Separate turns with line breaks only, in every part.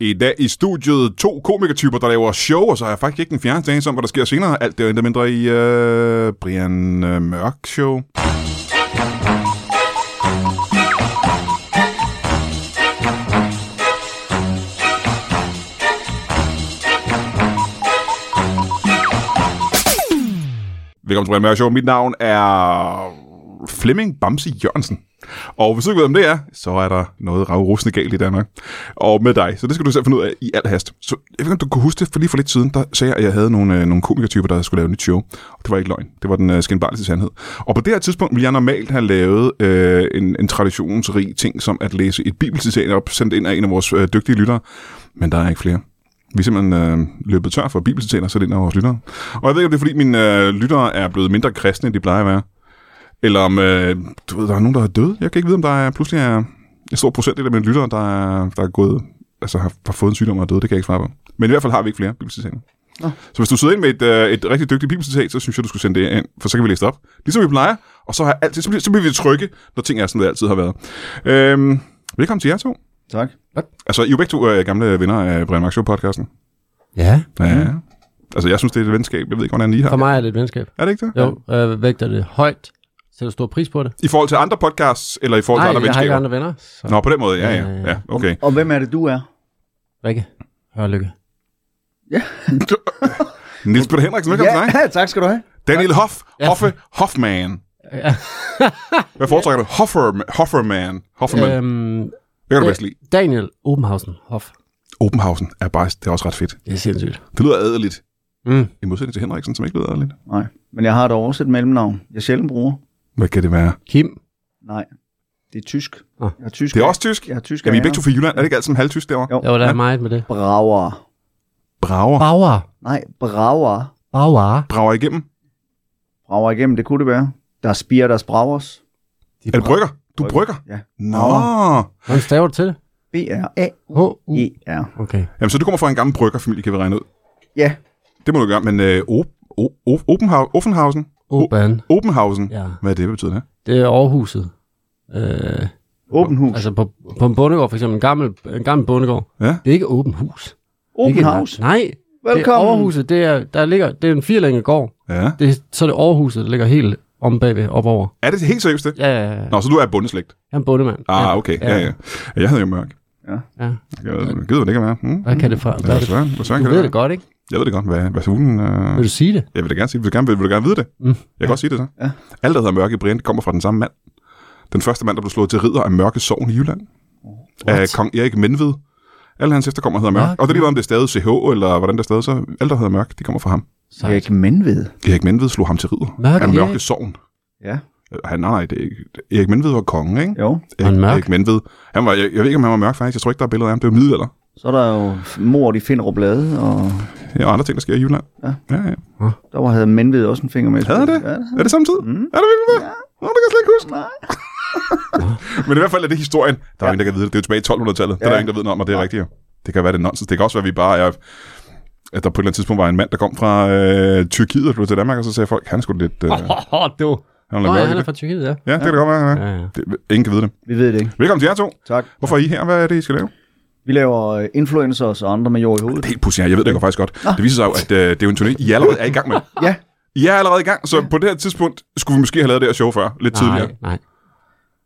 I dag i studiet to komikertyper, der laver show, og så har jeg faktisk ikke den fjerneste anelse om, hvad der sker senere. Alt det og intet mindre i øh, Brian øh, Mørk Show. Velkommen til Brian Mørk Show. Mit navn er Flemming Bamse Jørgensen. Og hvis du ikke ved, om det er, så er der noget ravrusende galt i Danmark. Og med dig. Så det skal du selv finde ud af i al hast. Så jeg ved ikke, om du kunne huske det, for lige for lidt siden, der sagde jeg, at jeg havde nogle, øh, nogle komikertyper, der skulle lave et nyt show. Og det var ikke løgn. Det var den øh, skinbarlige sandhed. Og på det her tidspunkt ville jeg normalt have lavet øh, en, en traditionsrig ting, som at læse et bibelcitat op, sendt ind af en af vores øh, dygtige lyttere. Men der er ikke flere. Vi er simpelthen øh, løbet tør for bibelcitater, så det er en af vores lyttere. Og jeg ved ikke, om det er, fordi mine øh, lyttere er blevet mindre kristne, end de plejer at være. Eller om, øh, du ved, der er nogen, der er døde. Jeg kan ikke vide, om der er pludselig er en stor procentdel af mine lyttere, der er, der er gået, altså har, har fået en sygdom og er døde. Det kan jeg ikke svare på. Men i hvert fald har vi ikke flere bibelcitater.
Nå.
Så hvis du sidder ind med et, øh, et rigtig dygtigt bibelcitat, så synes jeg, du skulle sende det ind, for så kan vi læse det op. Ligesom vi plejer, og så, har jeg altid, så, bliver, så bliver vi trygge, når ting er, som det altid har været. Øhm, velkommen til jer to.
Tak.
Altså, I er jo begge to øh, gamle venner af Brian Mark Show-podcasten.
Ja,
Ja. Mm. Altså, jeg synes, det er et venskab. Jeg ved ikke, hvordan I har.
Mhm. for mig er det et venskab.
Er det ikke det?
Jo, jeg vægter det højt. Sætter stor pris på det.
I forhold til andre podcasts, eller i forhold
Nej,
til andre
jeg har
venskaber?
ikke andre venner. Så.
Nå, på den måde, ja, ja.
Ja, ja, ja.
ja okay.
Og hvem er det, du er?
Rikke, hør og lykke.
Niels Peter Henriksen, velkommen til dig.
ja, tak skal du have.
Daniel Hoff,
Ja.
Hoffe, Hoffman.
Ja.
Hvad foretrækker du? Hoffer, Hofferman. Hofferman. Øhm,
Øhm,
Hvad kan du bedst lide?
Daniel Obenhausen Hoff.
Openhausen er bare, det er også ret fedt.
Det er sindssygt.
Det lyder adeligt.
Mm.
I modsætning til Henriksen, som ikke lyder adeligt.
Nej, men jeg har et oversat mellemnavn. Jeg sjældent bruger.
Hvad kan det være?
Kim.
Nej, det er tysk.
Ah.
Jeg er tysk.
Det er også tysk.
Jeg er tysk.
Jamen, I er begge to fra Jylland. Er det ikke altid halvtysk derovre?
Jo.
Jo, der er
Ja.
meget med det.
Brager.
Brager.
Bauer.
Nej, brager.
Bauer.
Brager igennem.
Brager igennem, det kunne det være. Der er spier, der bravers.
De
Er det brygger? Du
Brygger.
brygger?
Ja.
Nå.
Hvordan staver du til det?
B-R-A-E-R.
H-U.
E.
Okay.
Jamen, så du kommer fra en gammel bryggerfamilie, kan vi regne ud.
Ja,
Det må du gøre, men øh, o- o- o- Openhau- Offenhausen?
Oban.
Openhausen?
Ja.
Hvad er det, hvad betyder det?
Det er Aarhuset. Øh,
åben hus. Altså,
altså på, på en bondegård, for eksempel. En gammel, en gammel bondegård.
Ja.
Det er ikke åben hus.
åben
Ikke et-
hus.
Nej,
Velkommen.
Det er Aarhuset, det er, der ligger, det er en firlænge gård.
Ja.
Det, er- så er det Aarhuset, der ligger helt om bagved, op over.
Er det helt seriøst det?
Ja, ja, ja.
Nå, så du er bundeslægt.
Jeg er en bondemand.
Ah, okay. Ja, ja. Jeg havde jo mørk.
ja.
Jeg ved- Gid, hvad det kan være. Mm.
Hvad kan det fra? Hvad
Ja,
er
Hvad
det?
søren, hvad søren
Du
kan
ved
det
det
være?
godt, ikke?
Jeg ved det godt. Hvad, hvad sulen? Øh...
Vil du sige det?
Jeg vil da gerne sige, vil du gerne, vil, vil du gerne vide det?
Mm.
Jeg kan også sige det så.
Ja.
Alt, der hedder Mørke i Brian, kommer fra den samme mand. Den første mand, der blev slået til ridder af Mørke Sogn i Jylland. Af kong Erik Menved. Alle hans efterkommere hedder Mørk.
Mørk,
Og det er lige meget, om det er stadig CH, eller hvordan det er stadig, så alle, der hedder Mørk, de kommer fra ham.
Jeg
Sejt.
ikke mænd ved.
Erik Menved slog ham til ridder.
Mørke
af Mørke
Erik?
Sogn.
Ja,
Øh, Han, nej, nej, det er ikke. Erik Menved var kongen, ikke?
jo.
Var han mørk?
Erik Menved. Han var, jeg, jeg, ved ikke, om han var mørk faktisk. Jeg tror ikke, der er billeder af ham. Det var middelalder.
Så er der jo mord i Finderup Blade, og
Ja, og andre ting, der sker i Jylland.
Ja.
ja, ja.
der var, havde Mændved også en finger med. i
Havde han
spillet.
det?
Ja, det havde
Er det samtidig? Mm. Er det virkelig det? Ja. Nå, det kan jeg slet ikke huske.
han. Nej.
Men i hvert fald er det historien. Der er ja. ingen, der kan vide det. Det er jo tilbage i 1200-tallet. Ja. Der er
Ja.
der ingen, der ved noget om, og det er rigtigt. jo. Det kan være, det er nonsens. Det kan også være, at vi bare er at der på et eller andet tidspunkt var en mand, der kom fra øh, Tyrkiet og flyttede til Danmark, og så sagde folk, han skulle lidt... Øh, oh, han
Åh, oh, du.
var
Nå,
lidt
ja,
mørk i
han er
det.
fra Tyrkiet, ja.
Ja, det kan det godt være. Ja.
Ja, ja.
Det, ingen kan vide det.
Vi ved det ikke.
Velkommen til jer to.
Tak.
Hvorfor er I her? Hvad er det, I skal lave?
Vi laver øh, influencers og andre med jord i hovedet.
Det er helt pudsigt, ja. jeg ved det godt faktisk godt. Det viser sig jo, at øh, det er jo en turné, I allerede er i gang med.
Ja.
I er allerede i gang, så på det her tidspunkt skulle vi måske have lavet det her show før, lidt tidligere.
Nej, nej.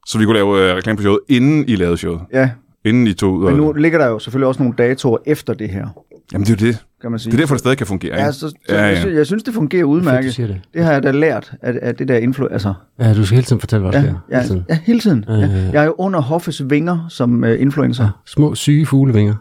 Så vi kunne lave øh, reklame på showet, inden I lavede showet.
Ja,
Inden I tog ud og...
men nu ligger der jo selvfølgelig også nogle datoer efter det her,
Jamen, det er jo det.
kan man sige.
Det er derfor, det stadig kan fungere, ikke?
Ja, så, så,
Ja,
ja,
ja.
ja. Jeg, synes, jeg synes, det fungerer
Fedt, du
udmærket.
siger det.
Det har jeg da lært, at, at det der influ... Altså,
Ja, du skal hele tiden fortælle, hvad der
ja,
sker.
ja,
Hele tiden.
ja, hele tiden. Ja,
Ja, ja, ja.
Jeg er jo under Hoffes vinger som uh, influencer.
Små syge fuglevinger.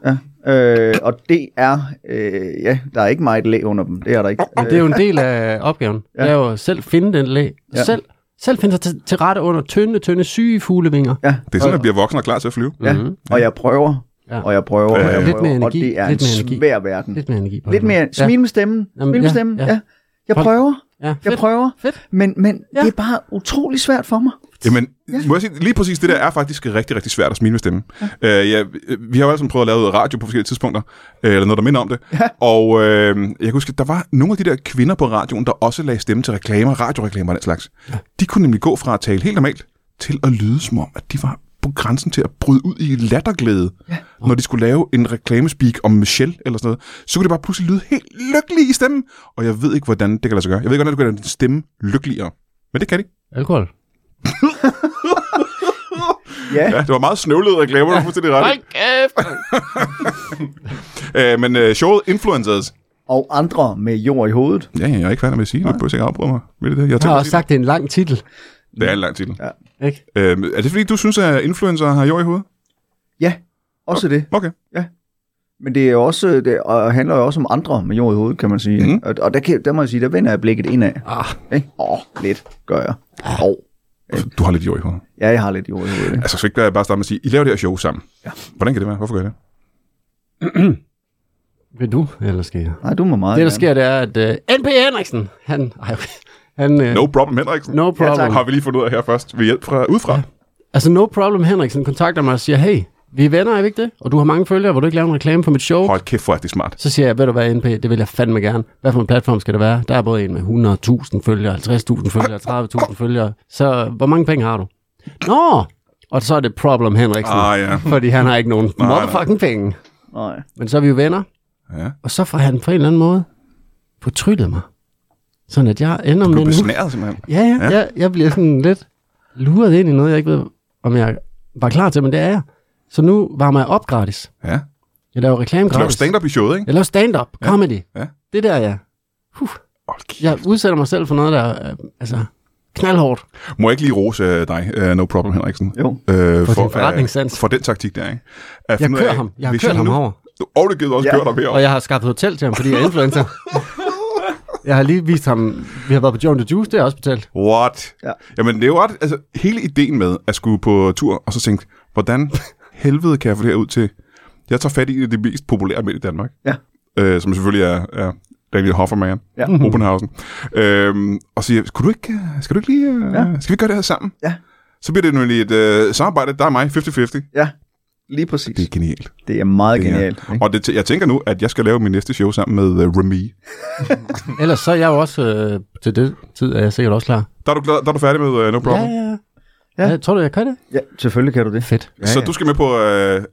Ja. Øh, og det er... Øh, ja, der er ikke meget lag under dem. Det er der ikke.
Det er jo en del af opgaven.
Ja.
Det er jo at selv finde den læg.
Ja.
Selv, selv finde sig til, til rette under tynde, tynde, syge fuglevinger. Mhm.
ja,
Det er sådan, at man bliver voksen og klar til at flyve.
ja. Og jeg prøver,
Ja.
og jeg prøver,
Ja,
og
ja, ja.
jeg
Lidt
prøver.
mere
og
energi,
det er en
lidt mere energi.
svær verden.
Lidt mere energi på
Lidt
det.
mere...
Ja.
Smil med stemmen.
Jamen,
Smil med
ja,
stemmen.
ja.
Ja. Jeg
Hold-
prøver.
Ja,
Jeg
fedt.
prøver.
Fedt.
Men, men
Ja.
det er bare utrolig svært for mig.
Jamen, må jeg sige, lige præcis det der er faktisk rigtig, rigtig svært at smile med stemmen. Ja. Øh, ja, vi har jo alle sammen prøvet at lave radio på forskellige tidspunkter, øh, eller noget, der minder om det. Ja. Og øh, jeg kan huske, at der var nogle af de der kvinder på radioen, der også lagde stemme til reklamer, radioreklamer og den slags. Ja. De kunne nemlig gå fra at tale helt normalt, til at lyde som om, at de var på grænsen til at bryde ud i latterglæde, ja. når de skulle lave en reklamespeak om Michelle eller sådan noget. Så kunne det bare pludselig lyde helt lykkelige i stemmen, og jeg ved ikke, hvordan det kan lade sig gøre. Jeg ved ikke, hvordan du kan lade stemme lykkeligere. Men det kan de.
Alkohol.
Ja,
Ja, det var meget snøvlede reklamer, du er fuldstændig ret.
Hold kæft!
Øh, men øh, showet Influencers.
og andre med jord i hovedet.
Ja, ja, jeg er ikke færdig med at sige. Du behøver sikkert afbryde mig. Ved du det? Jeg,
Jeg
tænker,
har også sagt, det er en lang titel.
Det er en lang titel. Ja.
Ja.
Ikke?
Øhm, er det fordi, du synes, at influencer har jord i hovedet?
Ja, også det.
Okay.
Men det er jo også, det og handler jo også om andre med jord i hovedet, kan man sige.
Mhm.
Mm. Og, og der, kan, der må jeg sige, der vender jeg blikket indad.
Ah,
Ikke? Åh, oh, lidt gør jeg. Oh.
Du har lidt jord i hovedet.
Ja, jeg har lidt jord i hovedet. ikke?
Altså, så ikke jeg bare starte med at sige, I laver det her show sammen.
Ja.
Hvordan kan det være? Hvorfor gør I det?
vil du, eller skal jeg?
Nej, du må meget
Det, der
gerne.
sker, det er, at uh, N.P. Henriksen, han... Ej, okay. han uh,
No problem, Henriksen.
no problem.
Har vi lige fundet ud af her først ved hjælp fra, udefra. Ja.
Altså, no problem Henriksen kontakter mig og siger, hey, vi er venner, er vi ikke det? Og du har mange følgere, hvor du ikke laver en reklame for mit show.
Hold kæft, hvor er det smart.
Så siger jeg, ved du hvad, NP, det vil jeg fandme gerne. Hvad for en platform skal det være? Der er både en med 100.000 følgere, 50.000 følgere, 30.000 følgere. Så hvor mange penge har du? Nå! Og så er det problem Henriksen.
Ah, ja.
Fordi han har ikke nogen
nej.
motherfucking penge.
Nej.
Men så er vi jo venner.
ja.
Og så får han på en eller anden måde fortryllet mig. Sådan at jeg ender
Du
med
er
nu.
besnæret, simpelthen.
Ja, ja,
Ja.
ja. Jeg, jeg bliver sådan lidt luret ind i noget, jeg ikke ved, om jeg var klar til, men det er jeg. Så nu varmer jeg op gratis.
Ja.
Jeg laver reklame
Du laver
gratis.
stand-up i showet, ikke?
Jeg laver stand-up, comedy.
Ja.
Det der, ja. Huh.
Hold kæft.
Jeg udsætter mig selv for noget, der er øh, altså, knaldhårdt.
Må jeg ikke lige rose øh, dig, uh, No Problem Henriksen?
Jo.
Uh,
din forretningssans.
for den taktik der, ikke? At
Jeg
finde ud
kører
af,
ham. Jeg har
øh, hvis
kørt ham
nu-
over.
Og det givet også
Ja.
kørt ham herover.
Og jeg har skaffet hotel til ham, fordi jeg er influencer. jeg har lige vist ham, vi har været på John the Juice, det har jeg også betalt.
What? Ja.
Ja.
Jamen, det er jo ret, altså, hele ideen med at skulle på tur, og så tænke, hvordan helvede kan jeg få det her ud til? Jeg tager fat i en af de mest populære mænd i Danmark,
Ja.
øh, som selvfølgelig er, er Daniel Hoffermann, ja.
Ja.
Oppenhausen, øh, og siger, skulle du ikke, øh, skal du ikke lige, øh, ja. skal vi gøre det her sammen?
Ja.
Så bliver det nemlig et øh, samarbejde, der er mig, 50-50. Det
Ja, lige præcis.
er genialt.
Det er meget
Det er-
genialt. ikke?
Og det, jeg tænker nu, at jeg skal lave min næste show sammen med uh, Remy.
Ellers så er jeg jo også, øh, til det tid er jeg sikkert også klar.
Der er du, klar, der er du færdig med uh, No Problem?
Ja, ja, ja. ja. Tror du, jeg kan det?
Ja, selvfølgelig kan du det.
Fedt.
Ja,
Så
ja.
du skal med på øh,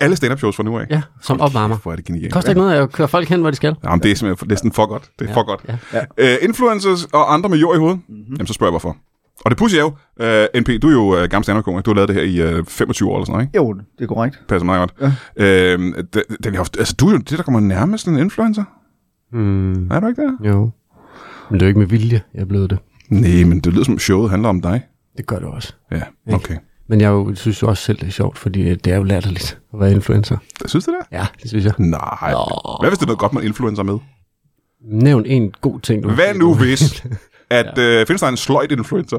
alle stand-up shows fra nu af?
Ja, som opvarmer.
Hvor er det genialt.
Det koster ikke noget at køre folk hen, hvor de skal.
Jamen, det er simpelthen næsten for godt. Det er for godt.
ja.
Ja.
Øh, influencers og andre med jord i hovedet, mm-hmm. jamen så spørger jeg hvorfor. Og det pudsige er jo, øh, NP, du er jo øh, gammel stand Du har lavet det her i øh, 25 år eller sådan noget, ikke?
Jo, det er korrekt.
Passer meget godt. Ja. Øh, den, den, er ofte- altså, du er jo det, der kommer nærmest en influencer.
Mm,
Er du ikke der?
jo. Men det er jo ikke med vilje, jeg er blevet det.
Nej, men det lyder som, showet handler om dig.
Det gør det også.
Ja, okay.
Men jeg jo, synes jo også selv, det er sjovt, fordi øh, det er jo latterligt at være influencer.
Synes du det?
Ja, det synes jeg.
Nej. Hvad hvis det er noget godt med influencer med?
Nævn en god ting, du
Hvad nu hvis, at øh, findes der en sløjt influencer?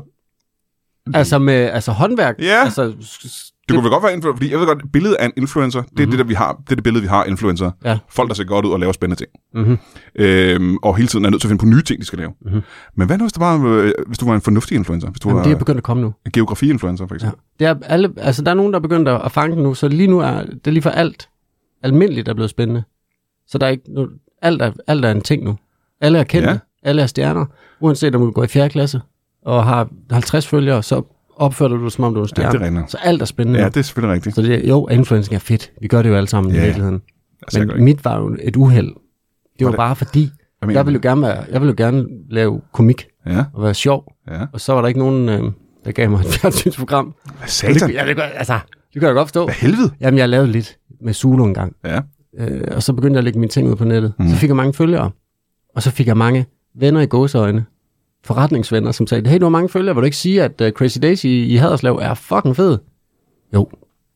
Altså med altså håndværk?
Ja.
Altså, s- s-
Det kunne vel godt være influencer, fordi jeg ved godt, billedet af en influencer, det er mm-hmm. det, der vi har, det er det billede, vi har af influencer.
Mhm. Ja.
Folk, der ser godt ud og laver spændende ting.
Mhm.
Øhm, og hele tiden er nødt til at finde på nye ting, de skal lave. Mm-hmm. Men hvad nu, hvis, det var, øh, hvis du var en fornuftig influencer? Hvis du
Jamen,
Jamen,
det er
var
begyndt at komme nu.
en geografi-influencer, for
Ja.
eksempel.
Det er alle, altså, der er nogen, der er begyndt at at fange den nu, så lige nu er det er lige for alt almindeligt, der er blevet spændende. Så der er ikke nu, alt, er, alt er en ting nu. Alle er kendte,
Ja.
ja. alle er stjerner. Uanset om du går i 4. klasse og har 50 følgere, så opfører du dig, som om du er en
Ja, det
stjerne.
er rigtigt.
så alt er spændende.
Ja,
nu.
det er selvfølgelig rigtigt.
Så det, jo, influencing er fedt. Vi gør det jo alle sammen
Ja,
i
ja.
virkeligheden.
Altså, jeg gør
Men
ikke.
mit var jo et uheld. Det var
Hvordan?
bare fordi,
Hvad mener du?
jeg ville jo gerne, være, jeg ville jo gerne lave komik
Ja,
og være sjov.
ja.
Og så var der ikke nogen, øh, der gav mig et fjernsynsprogram.
Hvad
Og
satan?
Det, ja, det, gør, altså, det kan jeg godt forstå.
Hvad helvede?
Jamen, jeg lavede lidt med Zulu en gang.
Ja.
Øh, og så begyndte jeg at lægge mine ting ud på nettet.
Mhm.
Mm. Så fik jeg mange følgere. Og så fik jeg mange venner i gåseøjne. Forretningsvenner, som sagde, hey, du har mange følgere. Vil du ikke sige, at øh, Crazy Daisy i Haderslev er fucking fed? Jo,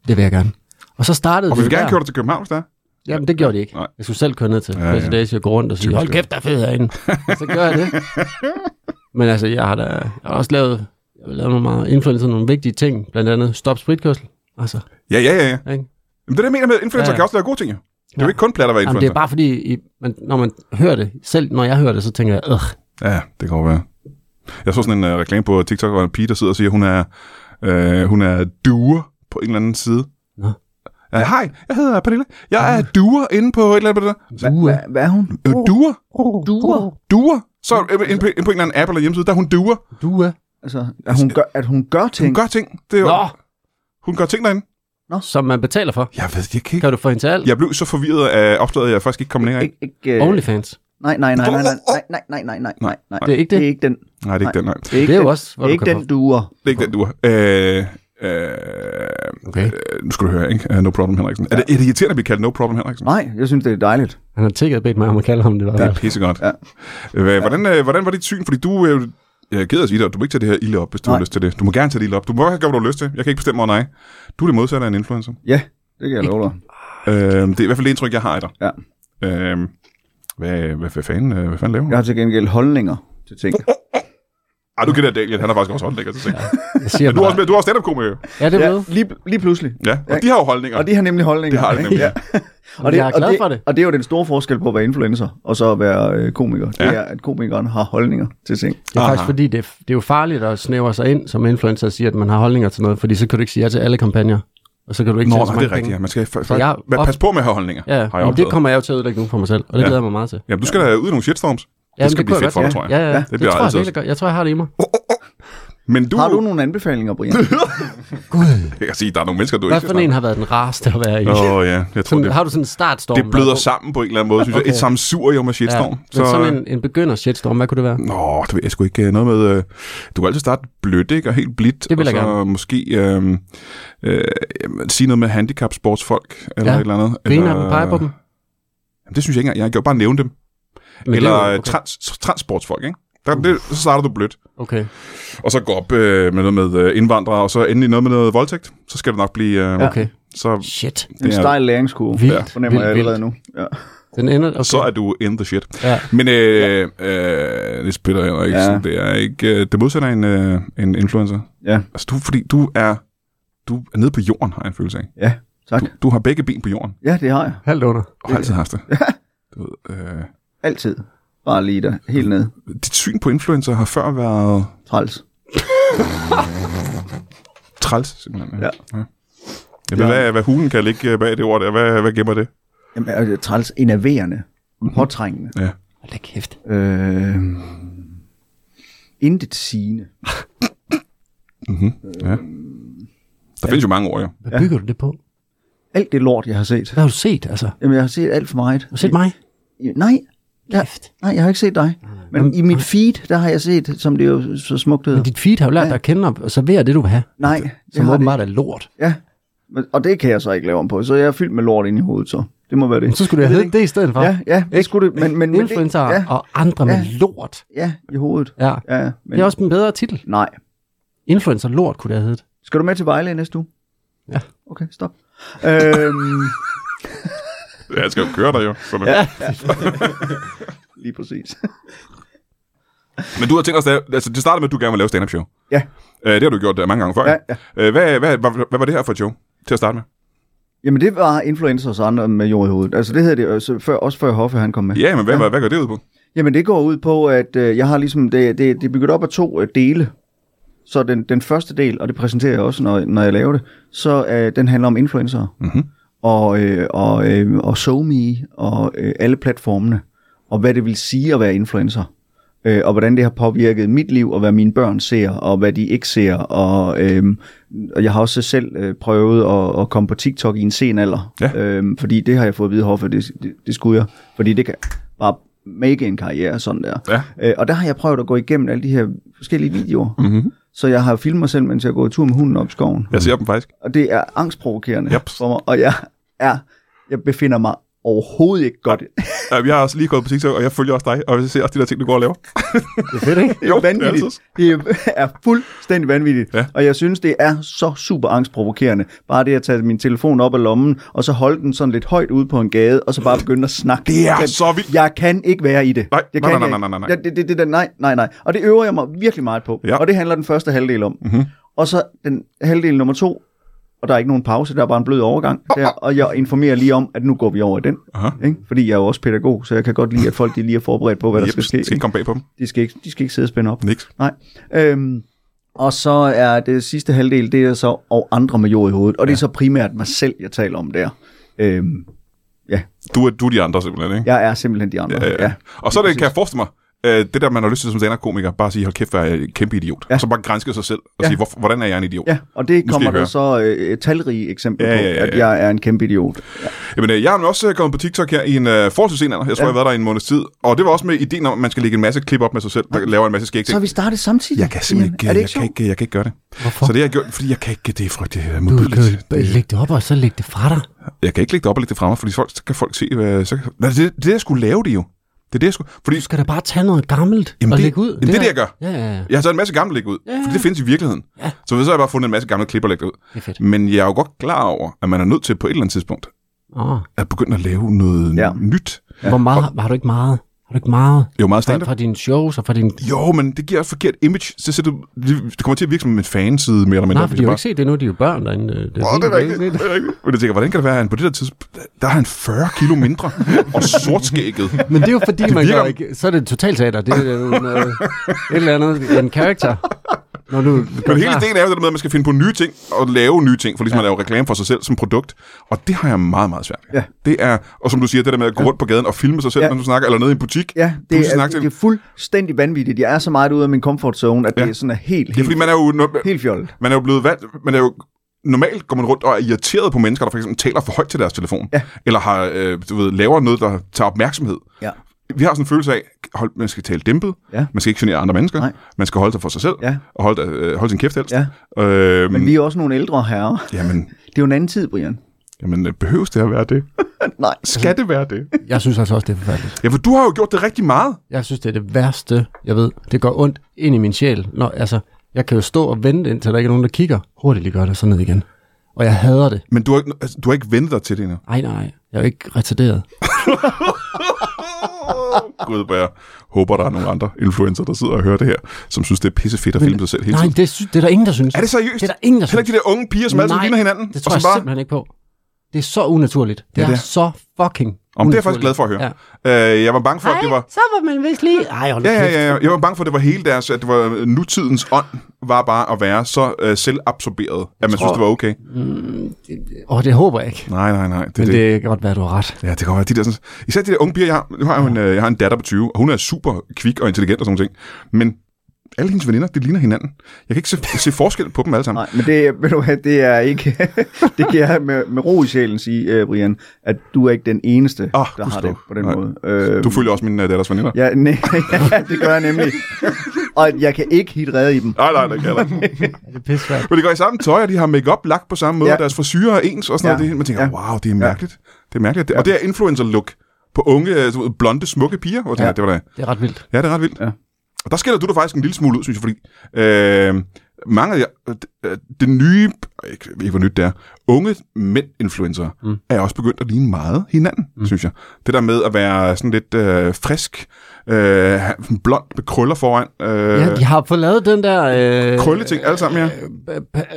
det vil jeg gerne. Og så startede
Og vi
det
vil
jo
gerne
der.
køre dig til København, hvis der.
Jamen, det gjorde de ikke.
Nej.
Nej. Jeg skulle selv køre ned til
Ja, ja.
ja, Crazy Daisy og gå rundt og sige, hold kæft, der er fed herinde. Og så gør jeg det. Men altså, jeg har da jeg har også lavet, jeg har lavet nogle meget influencer, nogle vigtige ting. Blandt andet stop spritkørsel. Altså,
Ja, ja, ja. ja.
ikke?
Men det er det, jeg mener med, at influencer
Ja, ja.
kan også lave gode ting, jo. Det er jo
Ja.
ikke kun plat at være
Jamen, det er
influencer.
bare fordi, I, man, når man hører det, selv når jeg hører det, så tænker jeg, Ugh,
Ja, det kan godt være. Jeg så sådan en uh, reklame på TikTok, hvor en pige, der sidder og siger, hun er, øh, hun er duer på en eller anden side.
Nå.
Ja, Hej, jeg hedder Pernille. Jeg er duer inde på et eller andet.
duer.
Hva, hvad er hun?
Øh,
Oh.
duer?
Duer.
Duer? Så øh, inde på, inde på en eller anden app
Oh,
eller hjemmeside, der er hun duer.
Duer.
Altså, at hun gør, at hun gør ting.
Hun gør ting. Det er jo,
Nå,
Hun gør ting derinde.
som man betaler for.
Jeg ved, jeg kan ikke.
Kan du få hende til alt?
Jeg blev så forvirret af opslaget, at jeg faktisk ikke kom længere ind.
Ikke, ikke, øh,
Onlyfans.
Nej, nej, nej, nej, nej, nej, nej, nej, nej, nej, nej, nej.
Det er ikke det.
Det er ikke den.
Nej, det er ikke den, nej.
Det er,
Det
ikke
er jo
den,
også, hvor
det er
du
ikke
kan
den duer.
Det er ikke den, du er. Øh, øh,
Okay.
øh, nu skal du høre, ikke? Uh, no problem, Henriksen. Er, det, er det irriterende at blive kaldt No problem, Henriksen?
Nej, jeg synes, det er dejligt.
Han har tækket og bedt mig om at kalde ham det. Var
Det er pissegodt. Ja.
Ja.
Hvordan, øh, hvordan var dit syn? Fordi du... Øh, jeg gider at sige dig, du må ikke tage det her ilde op, hvis du har
Nej.
lyst til det. Du må gerne tage det ilde op. Du må gøre, hvad du har lyst til. Jeg kan ikke bestemme over nej. Du er det modsatte af en influencer.
Ja, det kan jeg love dig.
Øh, det er i hvert fald det indtryk, jeg har af dig.
Ja.
Øh, hvad, hvad, hvad, fanden, øh, hvad fanden laver du?
Jeg
Ja.
har til gengæld holdninger til ting.
Ej, du kender Daniel. Han har faktisk også holdninger til ting. Ja.
Jeg siger
Men du er
bare,
også, med- du er også stand-up-komiker. jo.
ja, det er
Ja,
blevet.
lige, lige pludselig.
Ja, og de har jo holdninger.
Og de har nemlig holdninger.
Det har de
ikke?
nemlig.
Ja.
Og det, jeg er glad
og det,
for det.
Og det er jo den store forskel på at være influencer, og så at være øh, komiker. Ja. Det er, at komikeren har holdninger til ting.
Det er
Aha.
faktisk fordi, det er, det er jo farligt at snævre sig ind som influencer og sige, at man har holdninger til noget, fordi så kan du ikke sige ja til alle kampagner, og så kan du ikke
Nå,
tjene så
nej, det
mange
er rigtigt. Ja. Man skal f-
Så
f-
jeg
op...
op-
pas på med at have holdninger,
penge.
har
Ja,
jeg
men det
opdaget.
kommer jeg jo til at udlægge nu for mig selv, og det
Ja.
ja. glæder jeg mig meget til.
Jamen, du skal da ud i nogle shitstorms.
Jamen,
skal
det
blive fedt
kunne jeg
for dig,
godt,
tror jeg.
Ja, ja, ja.
Ja,
det
Det,
bliver altså
tror jeg
altid.
virkelig godt. Jeg tror, jeg har det i mig.
Men du,
Har du nogle anbefalinger, Brian?
jeg kan sige, der er nogle mennesker, du
Hvad
ikke
for en har været den rareste at være i?
Åh oh, ja, jeg tror,
Sådan,
det,
har du sådan en startstorm?
det bløder
Hvad-
sammen på en eller anden måde, synes okay. jeg. Et samsurium af
Ja,
shitstorm.
men sådan en, en begynder shitstorm, hvad kunne det være?
Nå, det ved jeg sgu ikke. Øh, Noget med, øh, du kan altid starte blødt, ikke? Og helt blidt.
Det vil jeg
og så
gerne.
måske øh, øh, jamen, sige noget med handicapsportsfolk, eller
Ja.
et eller andet.
Griner
eller,
den, peger på dem?
Jamen, det synes jeg ikke engang. Jeg kan jo bare nævne dem.
Men
eller
det er jo-
okay. trans, transportsfolk, ikke? Der, det, så starter du blødt.
Okay. okay.
Og så gå op øh, med noget med øh, indvandrere, og så endelig noget med noget voldtægt. Så skal det nok blive... Øh,
okay.
så,
Shit.
En
det er,
stejl læringskurve,
Vildt.
fornemmer jeg
vildt,
allerede
vildt.
nu. Ja.
Den ender... Okay.
så er du in the shit.
Ja.
Men øh, ja. øh, det spiller jeg ikke. Ja.
Ja.
Det er ikke øh, det modsatte af en, øh, en influencer.
ja,
Altså, du, fordi du er, du er nede på jorden, har jeg en følelse af.
ja, tak.
Du, du har begge ben på jorden,
Ja, det har jeg.
Halvt under.
og har altid haft det. Du ved, øh,
Altid. Bare lige der, helt ned.
dit syn på influencer har før været
Træls.
træls, simpelthen.
Ja.
ja. Jeg ved,
Ja.
hvad, hvad hulen kan ligge øh, bag det ord der. Hvad, hvad gemmer det?
Jamen, er det træls enerverende, påtrængende,
Ja.
Hold da kæft.
øh, intet sigende.
Der findes jo mange ord, jo.
Hvad bygger du det på?
Alt det lort, jeg har set.
Hvad har du set, altså?
Jamen, jeg har set alt for meget.
Har du set mig?
Nej, jeg,
Kæft.
nej, jeg har ikke set dig. Men i mit feed, der har jeg set, som det jo så smukt hedder.
Men dit feed har jo lært dig at kende og servere det, du vil have.
Nej, jeg
Som
har det
åbenbart er lort.
Ja, Men- og det kan jeg så ikke lave om på, så jeg er fyldt med lort ind i hovedet, så det må være det.
Så skulle du
Jeg
have
ved
heddet det i stedet for.
Ja, ja, det
Ikke?
skulle det, men, men, men det,
Influencer
ja,
og andre med lort.
ja, i hovedet.
Ja.
Ja,
Det
men,
er også en bedre titel.
Nej.
Influencer lort kunne det have heddet.
Skal du med til Vejle i næste uge?
Ja.
Okay, stop. øhm,
Ja, jeg skal jo køre dig, jo. Sådan. Ja.
lige præcis.
Men du har tænkt os, at- altså, det startede med, at du gerne vil lave stand-up show.
ja,
Øh, det har du gjort øh, mange gange før.
Ja, ja.
Øh, hvad, hvad, hvad, hvad var det her for et show til at starte med?
jamen det var influencers og andre med jord i hovedet. Altså det hedder det også før, også før Hoffe han kom med.
Ja, men hvad, ja. hvad, hvad går det ud på?
Jamen det går ud på, at øh, jeg har ligesom, det, det, det er bygget op af to øh, dele. Så den, den første del, og det præsenterer jeg også, når, når jeg laver det, så øh, den handler om influencer. Mm-hmm. Og, øh, og, øh, og SoMe og øh, alle platformene. Og hvad det vil sige at være influencer. Øh, og hvordan det har påvirket mit liv, og hvad mine børn ser, og hvad de ikke ser. Og, øh, og jeg har også selv øh, prøvet at, at komme på TikTok i en sen alder.
Ja.
Øh, fordi det har jeg fået at vide, Hoffe, det, det, det skulle jeg. Fordi det kan bare make en karriere sådan der.
Ja.
Øh, og der har jeg prøvet at gå igennem alle de her forskellige videoer. Mm-hmm. Så jeg har filmet mig selv, mens jeg går tur med hunden op i skoven.
Jeg ser dem faktisk.
Og det er angstprovokerende
Yep.
for mig. Og jeg, er, jeg befinder mig overhovedet ikke godt.
Øh, Jeg har også lige gået på TikTok, og jeg følger også dig, og jeg ser også de der ting, du går og laver.
Det er fedt, ikke?
Jo,
det er vanvittigt. Det er- er fuldstændig vanvittigt.
Ja.
Og jeg synes, det er så super angstprovokerende. Bare det at tage min telefon op af lommen, og så holde den sådan lidt højt ude på en gade, og så bare begynde at snakke.
Det er
jeg,
så vildt.
Jeg kan ikke være i det.
Nej,
jeg
nej,
kan
nej,
jeg
nej, nej, nej.
ikke. Ja, det, det, det, det, nej, nej, nej. Og det øver jeg mig virkelig meget på.
Ja. Mhm.
Og det handler den første halvdel om. Mm-hmm. Og så den halvdel nummer to, og der er ikke nogen pause, der er bare en blød overgang. Der, og jeg informerer lige om, at nu går vi over i den.
Aha.
Ikke? Fordi jeg er jo også pædagog, så jeg kan godt lide, at folk de lige er forberedt på, hvad der
Jeps,
skal ske.
skal ikke komme bag på dem.
De skal ikke, de skal ikke sidde og spænde op.
Niks.
Nej. Øhm, og så er det sidste halvdel, det er så og andre med jord i hovedet. Og det er så primært mig selv, jeg taler om der. Øhm,
Du er, du er de andre simpelthen, ikke?
jeg er simpelthen de andre. Ja, ja.
Og så er det, kan jeg forestille mig, øh, det der, man har lyst til som stand-up-komiker, bare sige, hold kæft, jeg er en kæmpe idiot. Ja.
Ja.
Og så bare grænske sig selv og ja.
Ja.
sige, hvor, hvordan er jeg en idiot?
Ja, og det
Nu skal
kommer
I høre.
der så øh, talrige eksempler
Ja,
på,
ja, ja,
at jeg er en kæmpe idiot.
Jamen, øh, jeg er nu også øh, kommet på TikTok her i en øh, forholdsvis sen alder. Jeg tror, ja.
Ja.
jeg har været der i en måneds tid. Og det var også med ideen om, at man skal lægge en masse klip op med sig selv, der laver en masse skæg
Så har vi startet samtidig.
Jeg kan simpelthen
Ian.
ikke, øh,
Er det
jeg,
ikke
kan
sjovt?
ikke, jeg kan ikke gøre det.
Hvorfor?
Så det har jeg gjort, fordi jeg kan ikke, det er frygteligt øh,
Du kan
modbydeligt.
jo lægge det op, og så lægge det fra dig.
Jeg kan ikke lægge det op og lægge det fremme, fordi folk, så kan folk se, hvad... Så kan, nej, det, det, er det, jeg skulle lave det jo. Det er det, jeg skulle... Fordi
Du skal da bare tage noget gammelt
Jamen,
og
det-
lægge ud.
jamen, det er det, jeg gør.
Ja, ja, ja.
jeg har taget en masse gamle læg ud, ja.
Ja.
fordi det findes i virkeligheden. Ja.
Ja.
Så så har jeg bare fundet en masse gamle klipper lægge ud.
Det er fedt.
Men jeg er jo godt klar over, at man er nødt til på et eller andet tidspunkt
Oh.
at begynde at lave noget ja.
Ja.
nyt.
Ja. Hvor meget, har du ikke meget? Har du ikke meget?
Det er jo meget
Fra,
stand
fra dine shows og fra din...
Jo, men det giver også forkert image. Så ser du, det kommer til at virke som en fanside mere eller mindre.
Nej, for de
hvis
har jo
jeg
ikke set det nu, de er jo børn derinde. øh, Det,
Åh, det er rigtigt. Det er rigtigt. Men jeg tænker, hvordan kan det være, at han på det der tidspunkt, der er han 40 kilo mindre og sortskægget.
Men det er jo fordi, man
virker-
gør ikke... Så er det totalteater. Det er jo noget, et eller andet, en karakter. Når du
Men hele ideen er jo det der med, at man skal finde på nye ting og lave nye ting, for ligesom ja. at lave reklame for sig selv som produkt. Og det har jeg meget, meget svært ved.
Ja.
Det er, og som du siger, det der med at gå rundt på gaden og filme sig selv, ja.
Ja.
når du snakker, eller nede i en butik.
Ja, det
Pludselig
er,
snakke til
det er fuldstændig vanvittigt. Jeg er så meget ude af min comfort zone, at
Ja.
det er sådan er helt,
Ja, fordi
helt,
man er jo, no-
helt fjollet.
man er jo blevet vant, man er jo Normalt går man rundt og er irriteret på mennesker, der for eksempel taler for højt til deres telefon,
Ja.
eller har, øh, du ved, laver noget, der tager opmærksomhed.
Ja.
Vi har sådan en følelse af, at man skal tale dæmpet,
Ja.
man skal ikke genere andre mennesker,
Nej.
man skal holde sig for sig selv,
Ja.
og holde, øh, holde sin kæft helst.
Ja.
Øhm,
Men vi er også nogle ældre herrer.
jamen,
Det er jo en anden tid, Brian.
jamen, øh, behøves det at være det?
Nej.
Skal det være det?
Jeg synes altså også, det er forfærdeligt.
Ja, for du har jo gjort det rigtig meget.
Jeg synes, det er det værste, jeg ved. Det går ondt ind i min sjæl. Når, altså, jeg kan jo stå og vente, indtil der ikke er nogen, der kigger. Hurtigt lige gør det, så ned igen. Og jeg hader det.
Men du har, ikke- altså, du har ikke vendt dig til det endnu.
Ej, nej, jeg er jo ikke retarderet.
Gud, hvor jeg håber, der er nogle andre influencer, der sidder og hører det her, som synes, det er pissefedt at filme sig selv hele
Nej,
tiden.
det, sy- det er der ingen, der synes.
Er det seriøst?
Det er der ingen,
Heller
der synes.
ikke de der unge piger, som altid
Nej,
Altså, ligner hinanden?
Det
og
tror jeg
som bare,
simpelthen ikke på. Det er så unerturligt. Det,
Ja,
ja,
det
det er,
er.
så fucking
Om det er jeg faktisk glad for at høre.
Ja.
Ja. Øh, jeg var bange for, at det var...
så var man vist lige... Ej, hold
Ja, ja, ja, ja. Jeg var bange for, at det var hele deres... At det var nutidens ånd, var bare at være så øh, selvabsorberet, at man
tror-
synes, det var okay.
Og det håber jeg ikke.
Nej, nej, nej. Det, er
Men
det,
det kan godt være, du har ret.
Ja, det kan godt være. De der, sådan, især de der unge piger, jeg har, nu har jeg, jo en, øh, jeg har en datter på 20, og hun er super kvik og intelligent og sådan noget. Men alle hendes veninder, de ligner hinanden. Jeg kan ikke se, se forskel på dem alle sammen.
Nej, men det, ved du hvad, det er ikke... det kan jeg med, med ro i sjælen sige, uh, Brian, at du er ikke den eneste,
Ah,
der har
gudskelov.
det på den
Nej.
måde. Øh,
Du følger også min uh, datters veninder.
ja, nej, ja, det gør jeg nemlig. Og jeg kan ikke hit redde i dem.
Nej, nej, nej, nej, nej.
Det er pissvært.
Men de går i samme tøj, og de har makeup lagt på samme måde, ja.
Ja.
og deres frisyrer er ens og sådan ja.
Ja.
noget. Det, man tænker,
Ja.
wow, det er mærkeligt. Det er mærkeligt. Og det er influencer-look på unge, øh, sådan blonde, smukke piger. Hvor jeg tænker, ja. det var da
Ja.
Det er ret vildt.
Ja, det er ret vildt. Ja.
Ja.
Og der skiller du dig faktisk en lille smule ud, synes jeg, fordi øh, mange af jer- øh, det nye, jeg ved ikke, hvor nyt det er, unge mænd-influencer mm. er også begyndt at ligne meget hinanden, mm. synes jeg. Det der med at være sådan lidt øh, frisk, øh, have sådan blond med krøller foran, øh,
Ja,
ja,
de har fået lavet den der... Øh,
krølleting, alle sammen, ja.
øh, pa-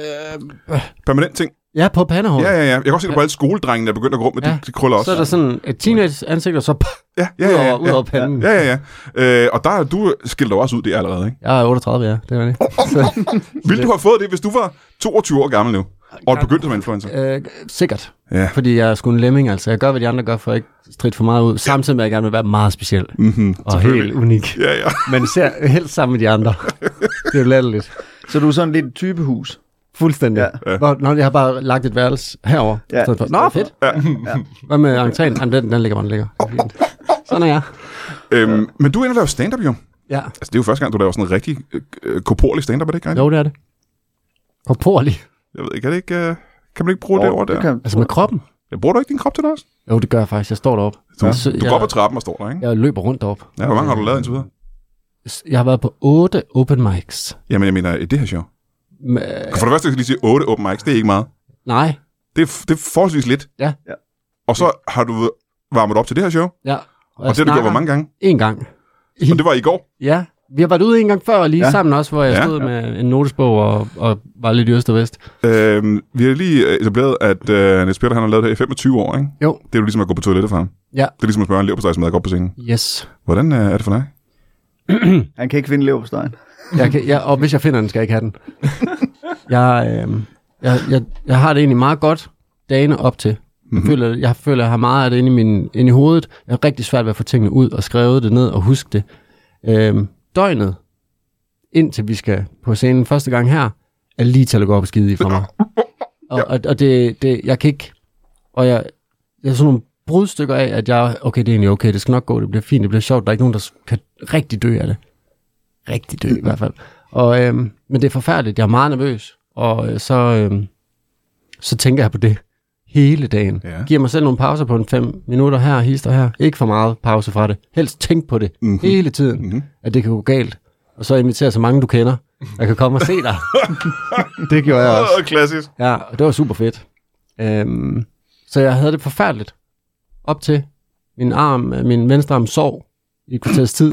øh,
Permanent ting.
Ja, på pandehåret.
Ja, ja, ja. Jeg kan også se det på alle skoledrengene, der begynder at gå rundt med ja.
Ja.
de, de krøller også.
Så er der sådan et teenage-ansigt, og så
ja, ja,
ud
ja,
over, ud
ja,
over panden.
ja. ja, ja. Øh, og der, er- du skiller dig også ud det allerede, ikke?
Jeg er 38, ja. Det var det. Så,
Ville du have fået det, hvis du var 22 år gammel nu, og begyndte som influencer?
øh, sikkert.
Ja.
Fordi jeg er sgu en lemming, altså. Jeg gør, hvad de andre gør, for at ikke stride for meget ud. Samtidig med, at jeg gerne vil være meget speciel.
Mhm,
Mm-hmm, og helt unik.
Ja, ja.
Men ser helst sammen med de andre. Det er jo latterligt.
Så du er sådan lidt et typehus.
Fuldstændig. Ja. Hvor, når jeg har bare lagt et værelse herover.
Ja.
Ja. For. Nå, fedt. Ja. Hvad med entréen? Jamen, den, den ligger, hvor den ligger. Det er fint. Sådan er jeg.
Øhm, men du er inde og lave stand-up, jo.
Ja.
Altså, det er jo første gang, du laver sådan en rigtig øh, øh, korporlig stand-up, er det ikke rigtigt?
Jo, det er det. Korporlig.
Jeg ved ikke, er det ikke... Øh, kan man ikke bruge oh, det
Åh,
ord der?
det
Kan...
kan-
Altså med kroppen.
Bruger du ikke din krop til det også?
Jo, det gør jeg faktisk. Jeg står deroppe.
Du,
Så
du
jeg,
går op ad trappen og står der, ikke?
Jeg løber rundt deroppe.
Ja, hvor mange har du lavet indtil videre?
Jeg har været på otte open mics.
Jamen, jeg mener, i det her show.
Med,
For det første, jeg skal lige sige 8 open mics, det er ikke meget.
nej.
Det er, det er forholdsvis lidt.
Ja.
Ja.
Og så har du varmet op til det her show,
Ja.
og det har du gjort hvor mange gange?
En gang.
Og det var i går.
Ja, vi har været ude en gang før, og lige ja.
Ja.
sammen også, hvor jeg
Ja.
ja. stod med en notesbog og, og var lidt i øst og vest.
Øhm, vi har lige øh, etableret, at øh, Niels Peter, han har lavet det her i 25 år, ikke?
Jo.
Det er jo ligesom at gå på toilettet for ham.
Ja.
Det er ligesom at spørge en leverpostej, som er godt på sengen.
Yes.
Hvordan øh, er det for dig?
Han kan ikke finde leverpostejen.
Jeg kan, jeg, og hvis jeg finder den, skal jeg ikke have den. jeg, øh, jeg, jeg, jeg har det egentlig meget godt dagene op til. Jeg, mm-hmm. føler, jeg føler, jeg har meget af det inde i, min, inde i hovedet. Jeg har rigtig svært ved at få tingene ud og skrive det ned og huske det. Øhm, døgnet, indtil vi skal på scenen første gang her, er lige til at gå op og skide i for mig. Og, og, og det, det, jeg kan ikke, og jeg, jeg er sådan nogle brudstykker af, at jeg, okay, det er egentlig okay, det skal nok gå, det bliver fint, det bliver sjovt, der er ikke nogen, der s- kan rigtig dø af det. Rigtig dø i hvert fald. Og, øhm, men det er forfærdeligt, jeg er meget nervøs, og øh, så, øhm, så tænker jeg på det hele dagen.
Ja.
Giver mig selv nogle pauser på en fem minutter her, hister her. Ikke for meget pause fra det. Helst tænk på det mm-hmm. hele tiden, mm-hmm. at det kan gå galt. Og så invitere så mange, du kender, der kan komme og se dig.
Det gjorde jeg også.
Åh, klassisk.
Ja, og det var super fedt. Øhm, så jeg havde det forfærdeligt. Op til min arm, øh, min venstre arm sov i et kvarters tid.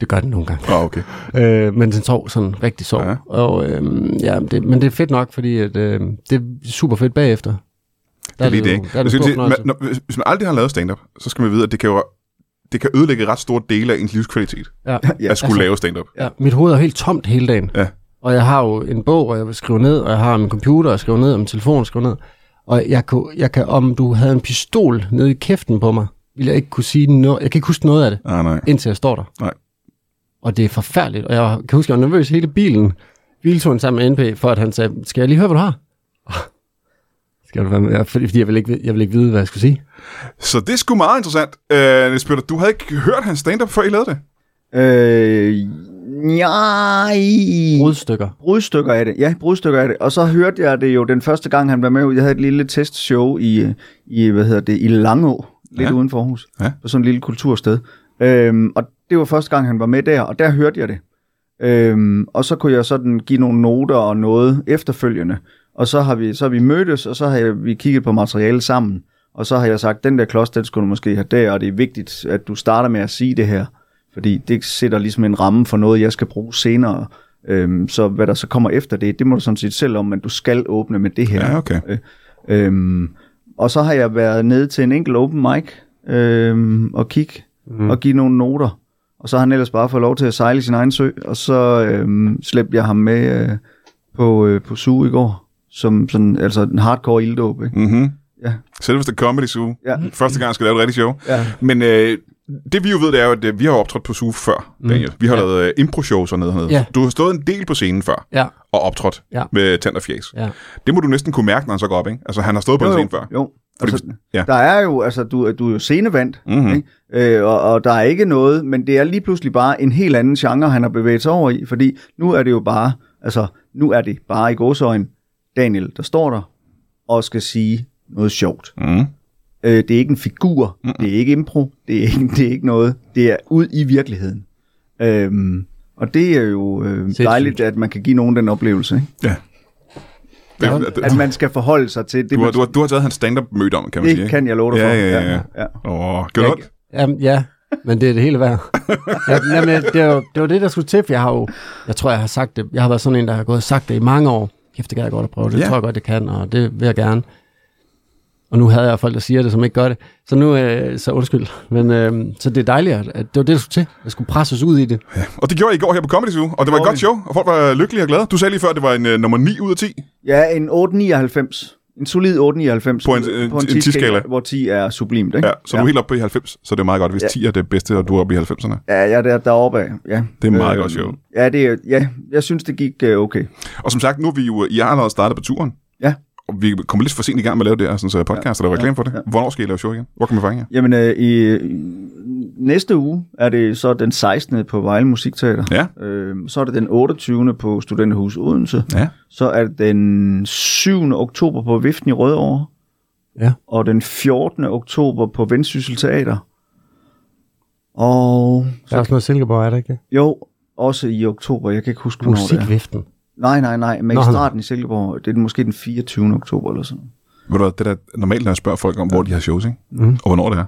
Det gør den nogle gange.
Ah, okay.
Øh, men den sov sådan rigtig sov.
Ja.
Ja. Og, øhm, ja, det, men det er fedt nok, fordi at, øh, det er super fedt bagefter.
Det er lige det,
jo-
ikke?
Der er
Jeg
det
skal
en stor
sige, man,
fornøjelse.
når, hvis, hvis man aldrig har lavet stand-up, så skal man vide, at det kan jo det kan ødelægge ret store dele af ens livskvalitet,
Ja.
ja, at skulle
altså-
lave stand-up.
Ja, mit hoved er helt tomt hele dagen.
Ja.
Og jeg har jo en bog, og jeg vil skrive ned, og jeg har min computer, og skrive ned, og min telefon, og skrive ned. Og jeg, kunne, jeg kan, om du havde en pistol nede i kæften på mig, ville jeg ikke kunne sige noget. Jeg kan ikke huske noget af det,
Ah, nej.
indtil jeg står der.
Nej.
Og det er forfærdeligt. Og jeg kan huske, jeg var nervøs hele bilen. Bilturen sammen med NP, for at han sagde, skal jeg lige høre, hvad du har? skal du være med? Ja, Fordi fordi jeg vil, ikke, jeg vil ikke vide, hvad jeg skulle sige.
Så det er sgu meget interessant. Øh, Niels Peter, du havde ikke hørt hans stand-up, før I lavede det?
Øh, nej.
Brudstykker.
Brudstykker af det. Ja, brudstykker af det. Og så hørte jeg det jo den første gang, han var med. Jeg havde et lille testshow i, øh, i hvad hedder det, i Langå, lidt
Ja.
ja. uden for Aarhus.
Ja.
På sådan et lille kultursted. Øhm, og det var første gang, han var med der, og der hørte jeg det. Øhm, og så kunne jeg sådan give nogle noter og noget efterfølgende. Og så har vi, så har vi mødtes, og så har jeg, vi kigget på materiale sammen. Og så har jeg sagt, den der klods, den skulle du måske have der, og det er vigtigt, at du starter med at sige det her. Fordi det sætter ligesom en ramme for noget, jeg skal bruge senere. Øhm, så hvad der så kommer efter det, det må du sådan set selv om, men du skal åbne med det her.
Ja, okay.
Øh, Øhm, og så har jeg været nede til en enkelt open mic øhm, og kigge mm. og give nogle noter. Og så har han ellers bare fået lov til at sejle sin egen sø, og så øhm, slæbte jeg ham med øh, på, øh, på SU i går, som sådan, altså en hardcore ilddåb. Ikke?
Mm-hmm.
Ja.
Selveste Comedy Zoo.
Ja.
Første gang, jeg skal lave et rigtigt show.
Ja.
Men øh, det vi jo ved, det er jo, at øh, vi har optrådt på Zoo før, Daniel. Vi har ja. lavet øh, impro-shows hernede, hernede.
Mm. Ja.
Du har stået en del på scenen før
Ja,
og optrådt
Ja.
med tand og fjæs.
ja.
Det må du næsten kunne mærke, når han så går op, ikke? Altså, han har stået på en scene før.
Jo,
Fordi-
altså,
ja.
ja. der er jo, altså du, du er jo scenevandt,
Mhm.
mm-hmm. ikke? Øh, og, og der er ikke noget, men det er lige pludselig bare en helt anden genre, han har bevæget sig over i, fordi nu er det jo bare, altså nu er det bare i godsøjen Daniel, der står der og skal sige noget sjovt.
Mm.
Øh, det er ikke en figur,
Mhm.
mm-hmm. det er ikke impro, det er ikke, det er ikke noget, det er ud i virkeligheden. Øhm, og det er jo øh, dejligt, at man kan give nogen den oplevelse, ikke?
Ja. Det,
Ja,
det,
at man skal forholde sig til det,
du, har,
man,
du, har, du har taget hans stand-up møde om, kan man sige.
det kan jeg love dig
ja,
for.
Ja, ja, ja.
ja.
Åh, gør det ondt?
Jamen, ja, men det er det hele værd. ja, jamen, det, var, det var det, der skulle til, for jeg har jo, jeg tror, jeg har sagt det, jeg har været sådan en, der har gået og sagt det i mange år. Kæft, det kan jeg godt at prøve, det
Ja.
tror jeg godt, det kan, og det vil jeg gerne. Og nu havde jeg folk, der siger det, som ikke gør det. Så nu, øh, så undskyld, men øh, så det er dejligt, at at det var det, der skulle til. Jeg skulle presses ud i det.
Og det gjorde I i går her på Comedy Zoo, og det var et
Gjorde
godt
vi.
show, og folk var lykkelige og glade. Du sagde lige før, at det var en uh, nummer 9 ud af 10.
Ja, en 899. En solid 899.
På en- en- en
10-skala,
10-skala.
Hvor 10 er sublimt, ikke?
Ja, så ja. du er helt oppe i 90, så det er meget godt, hvis ja. 10 er det bedste, og du er oppe i 90'erne.
Ja, ja der, deroppe af. Ja. Øhm,
Det er
Øh.
meget godt show.
Ja, det, er- ja, jeg synes, det gik øh, okay.
Og som sagt, nu er vi jo, I har allerede startet på turen.
Ja.
Og vi kommer lidt for sent i gang med at lave det her sådan, så podcast, og der er reklame for det. Hvornår skal I lave show igen? Hvor kan man fange jer?
Jamen, øh, i, øh, næste uge er det så den 16. på Vejle Musikteater.
Ja.
Øh, så er det den 28. på Studenterhus Odense.
Ja.
Så er det den 7. oktober på Viften i Rødovre.
Ja.
Og den 14. oktober på Vendsyssel Teater. Og
Der er også noget Silkeborg, er det ikke det?
Jo, også i oktober. Jeg kan ikke huske, hvornår det er.
Musikviften.
Nej, nej, nej. Men
Nå,
i
han-
starten i Silkeborg, det er den måske den 24. oktober eller sådan noget.
Ved du hvad, det der normalt, når jeg spørger folk om, hvor de har shows, ikke? Mm. og hvornår det er,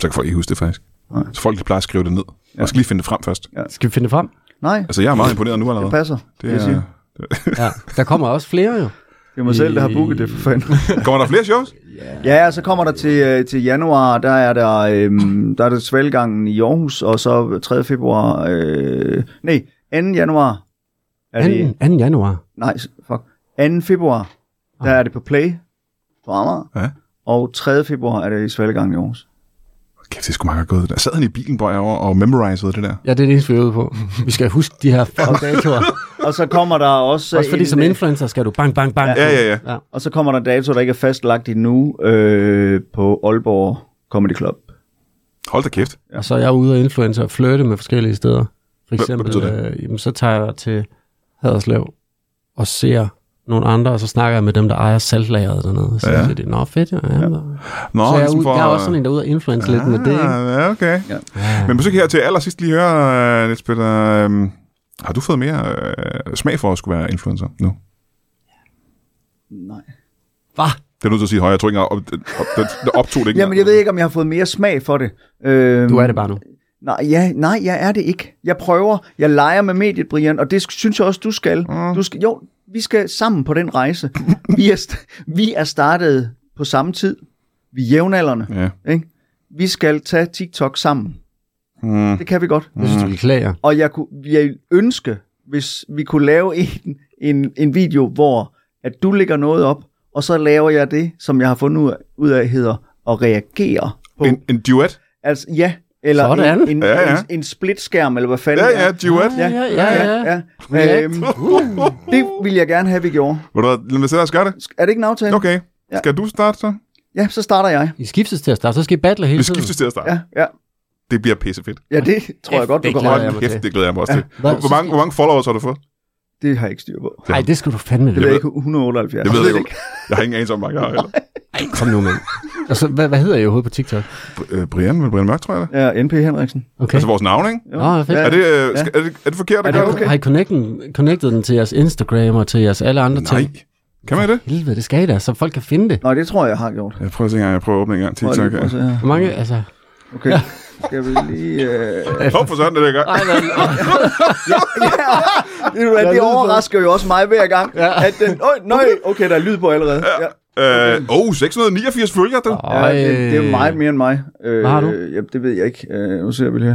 så kan folk ikke huske det faktisk.
Nej.
Så folk de plejer at skrive det ned. Ja. Og skal lige finde det frem først.
Skal vi finde det frem?
Nej,
Altså, jeg er meget imponeret nu
det
allerede.
passer.
Det
vil jeg sige.
er,
Ja. Der kommer også flere jo.
Det er mig selv, der har booket det, for fanden.
kommer der flere shows?
ja, ja, så kommer der til, øh, til januar, der er der, øhm, der er der svælgangen i Aarhus, og så 3. februar, øh, nej, 2. januar, er det,
2. 2. januar.
nej, fuck, 2. februar, der er det på Play, på Amager,
Ja.
og 3. februar er det i svælgangen i Aarhus.
Kæft, det skulle mange have gået. Der sad han i bilen på over og memorizede det der.
Ja, det er det eneste, vi er ude på. Vi skal huske de her fucking datoer.
Og så kommer der også...
Også fordi
en, øh,
som influencer skal du bang, bang, bang.
Ja, ja, ja.
ja.
Og så kommer der en dato, der ikke er fastlagt endnu øh, på Aalborg Comedy Club.
Hold da kæft.
Og så er jeg ude og influencer og flirte med forskellige steder. For
hvad
eksempel,
betyder det?
øh, jamen, så tager jeg til Haderslev og ser nogle andre, og så snakker jeg med dem, der ejer saltlageret dernede. Så
Ja.
ja. siger de, nå fedt, ja. ja. ja.
Nå,
så jeg er,
ligesom
ude,
for-
jeg er også sådan en, der er ude og influence lidt med det. Ikke?
Ah, Ja, okay.
Ja.
Ja. Men besøg her til allersidst lige høre, øh, Niels Peter, øhm, har du fået mere øh, smag for at skulle være influencer nu?
Nej.
Hvad?
Det er nødt til at sige højere, jeg tror ikke, op, op, den, den optog det ikke.
Jamen, jeg ved ikke, om jeg har fået mere smag for det. Øh,
Du er det bare nu.
Nej, ja, nej, jeg er det ikke. Jeg prøver, jeg leger med mediet, Brian, og det sk- synes jeg også, du skal. Mm. Du skal jo, vi skal sammen på den rejse. vi, er, st- vi er startet på samme tid. Vi er jævnaldrende.
Ja.
Ikke? Vi skal tage TikTok sammen.
Mm.
Det kan vi godt.
Jeg synes, du beklager.
Og jeg kunne jeg ville ønske, hvis vi kunne lave en, en, en video, hvor at du lægger noget op, og så laver jeg det, som jeg har fundet ud af, ud af hedder at reagere på.
En, en duet?
Altså, ja. Eller
Sådan.
en, en,
Ja, ja.
en, en splitskærm, eller hvad fanden
Ja,
det
ja,
er.
duet.
Ja, ja, ja. ja.
ja.
React.
Øhm, det ville jeg gerne have, vi gjorde.
Vil du hvad, lad mig selv os gøre det?
Er det ikke en aftale?
Okay.
Ja.
Skal du starte så?
Ja, så starter jeg.
I skiftes til at starte, så skal I battle hele
Vi
tiden.
skiftes til at starte.
Ja, ja.
Det bliver pissefedt.
ja det tror jeg godt, du
det
kan
glæder
holde.
jeg
Hold
mig
kæft,
til.
det glæder jeg mig også til. Hvor,
Hvad-
hvor, mange, hvor mange followers har du fået?
Det har jeg ikke styr på.
Nej, det skal du fandme
Det
løbe.
ved jeg ikke. 178.
Jeg ved
Slet
ikke. Jeg har ingen anelse om, hvor mange jeg har. Eller.
Ej, kom nu med. Altså, hvad, hvad hedder I overhovedet på TikTok?
Øh, Brian, men Brian Mørk, tror jeg det.
Ja, NP Henriksen.
Okay.
Altså vores navn, ikke?
Jo.
Nå, fedt.
Er det, øh, skal, er det, er det forkert at
Er
gøre
det
det?
okay?
Har I connecten, connected den til jeres Instagram og til jeres alle andre
Nej.
ting?
Kan man det?
Helvede, det skal I da, så folk kan finde det.
Nå, det tror jeg, jeg har gjort.
Jeg prøver at se en gang, jeg prøver at åbne en gang.
Prøv
TikTok.
lige
her.
at prøve at se her.
Hvor mange, altså...
Okay, skal vi lige... Øh...
Hov, for sådan, det er det, jeg gør.
Ej, hvad,
Ved du hvad,
Der er
det
lyd på.
overrasker jo også mig hver gang, ja. at den... Øj, nøj, okay, der er lyd på allerede. Ja.
Øh, oh, 689 følger, du.
Ja, det, det er jo meget mere end mig. Øh,
Hvad har du?
Ja, det ved jeg ikke. Øh, nu ser vi lige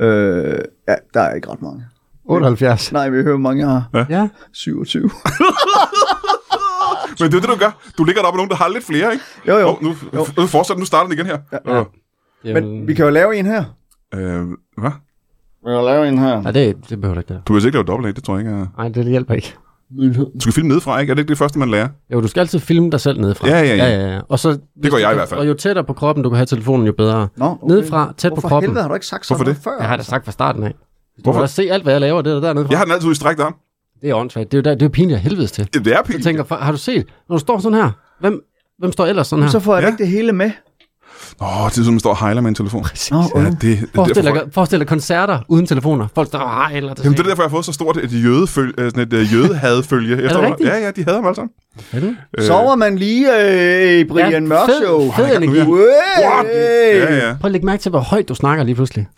her. Øh, ja, der er ikke ret mange.
78.
Nej, vi hører, hvor mange jeg har.
Ja.
27.
Men det er det, du gør. Du ligger deroppe med nogen, der har lidt flere, ikke?
Jo, jo.
Oh, nu, nu fortsætter, nu starter den igen her. Ja.
Det er jo-
Men vi kan jo lave en her.
Øh, hvad?
Vi kan jo lave en her.
Nej, det, det behøver du ikke gøre.
Du vil altså ikke lave dobbelt af, det tror jeg ikke. er-
Nej, det hjælper ikke.
Du skal filme nedefra, ikke? Er det ikke det første, man lærer?
Jo, du skal altid filme dig selv nedefra.
Ja, ja, ja.
ja, ja. Og så, det
gør jeg i hvert fald.
Og jo tættere på kroppen, du kan have telefonen, jo bedre.
Nå, okay.
Nedefra, tæt på
Hvorfor
kroppen.
helvede har du ikke sagt
Hvorfor
sådan noget
det?
før?
Jeg har da sagt fra starten af. Du
Hvorfor?
Hvorfor? kan da se alt, hvad jeg laver, det er der dernede fra.
Jeg har den altid i strækt arm.
Det er åndssvagt. Det er jo, der, det er jo pinligt af helvedes til.
Ja, Det er
Jeg
pinligt.
tænker, for- har du set, når du står sådan her, hvem, hvem står ellers sådan her?
Så får jeg
Ja.
ja. ikke det hele med.
Åh, oh, det er som, man står og hejler med en telefon.
Nå,
Ja,
øh.
det, det, er
Forestil
derfor,
dig, forestil dig koncerter uden telefoner. Folk står og eller det
Jamen, det er derfor, jeg har fået så stort et jødefølge, øh, sådan et øh, jødehadfølge. Er
rigtigt?
Ja, ja, de hader mig alle sammen.
Sover man lige øh, i Brian
Ja,
ja, Mørk
fed-
Show?
fed
Wow.
energi.
What? Ja, ja.
Prøv at lægge mærke til, hvor højt du snakker lige pludselig.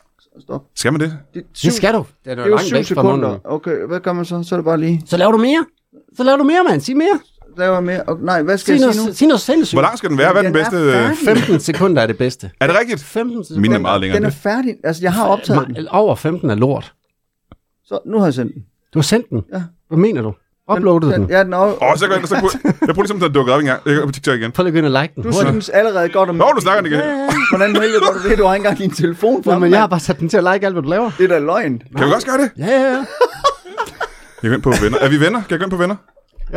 Stop.
Skal man det?
Det, er syv,
Det skal du. Det er,
det er jo syv sekunder. Okay, hvad gør man så? Så er det bare lige.
Så laver du mere. Så laver du mere, mand. Sig mere.
Laver mere. Og, nej, hvad skal
Sig
jeg
noget,
sige nu?
sig noget sindssygt.
Hvor lang skal den være? Hvad er den bedste?
Den er
øh,
færdig.
15 sekunder er det bedste.
Er det rigtigt?
15 sekunder.
Min er meget længere
Den
end
er færdig. Altså, jeg har optaget den.
Ma- Over 15 er lort.
Så nu har jeg sendt den.
Du har sendt den.
Ja.
Hvad mener du? Uploadet den.
den. Ja, den er
det. Åh, så går jeg ind, og så kunne... Jeg prøver ligesom, at den dukker op en gang. Jeg går på TikTok igen.
Prøv lige at gå ind og like den.
Du
hurtigt.
synes allerede godt om...
Nå, du snakker den igen.
Hvordan helvede gør du det? Du har ikke engang din telefon
Nå,
fremme.
men jeg har
mand.
bare sat den til at like alt, hvad du laver.
Det er da løgn.
Kan vi også gøre det?
Ja, ja, ja.
Jeg går ind på venner. Er vi venner? Kan jeg gå ind på venner?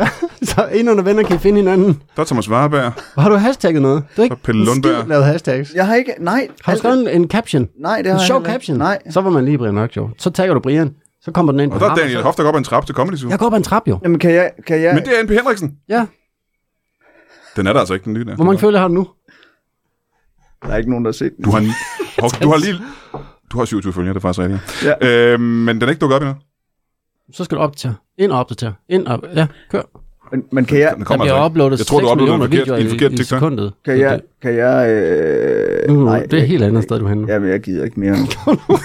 Så en under venner kan I finde hinanden.
Der er Thomas Warberg.
Har du hashtagget noget? Du har ikke
Og Pelle
en
Lundberg.
skid lavet hashtags.
Jeg har ikke... Nej.
Har du skrevet en, en caption?
Nej, Altså- det har
En
jeg
sjov
heller ikke.
caption?
Nej.
Så var man lige Brian Mørk, jo. Så tagger du Brian. Så kommer den ind på
Og der er
ham,
Daniel
så-
Hoff, der går op ad en trappe til Comedy Zoo.
Jeg går op ad en trap, jo.
Jamen, kan jeg... Kan jeg...
Men det er N.P. Henriksen.
Ja.
Den er der altså ikke, den nye der.
Hvor mange følger har du nu?
Der er ikke nogen, der har set den.
Du har, ni... Hov, du har lige... Du har 27 følgere, det er faktisk rigtigt.
Ja.
Øh, men den er ikke dukket op endnu.
Så skal du op til. Ind og op til. Ind og... Ja, kør.
Men, men kan jeg...
Den
Der
kommer
bliver
altså ikke.
uploadet
Jeg tror, du
6
uploadede
millioner
en forkert,
videoer
en forkert
i, i
TikTok.
sekundet.
Kan jeg... Kan jeg... Øh,
Nu, det er
jeg-
et helt andet sted, du er henne. nu.
Jamen, jeg gider ikke mere nu.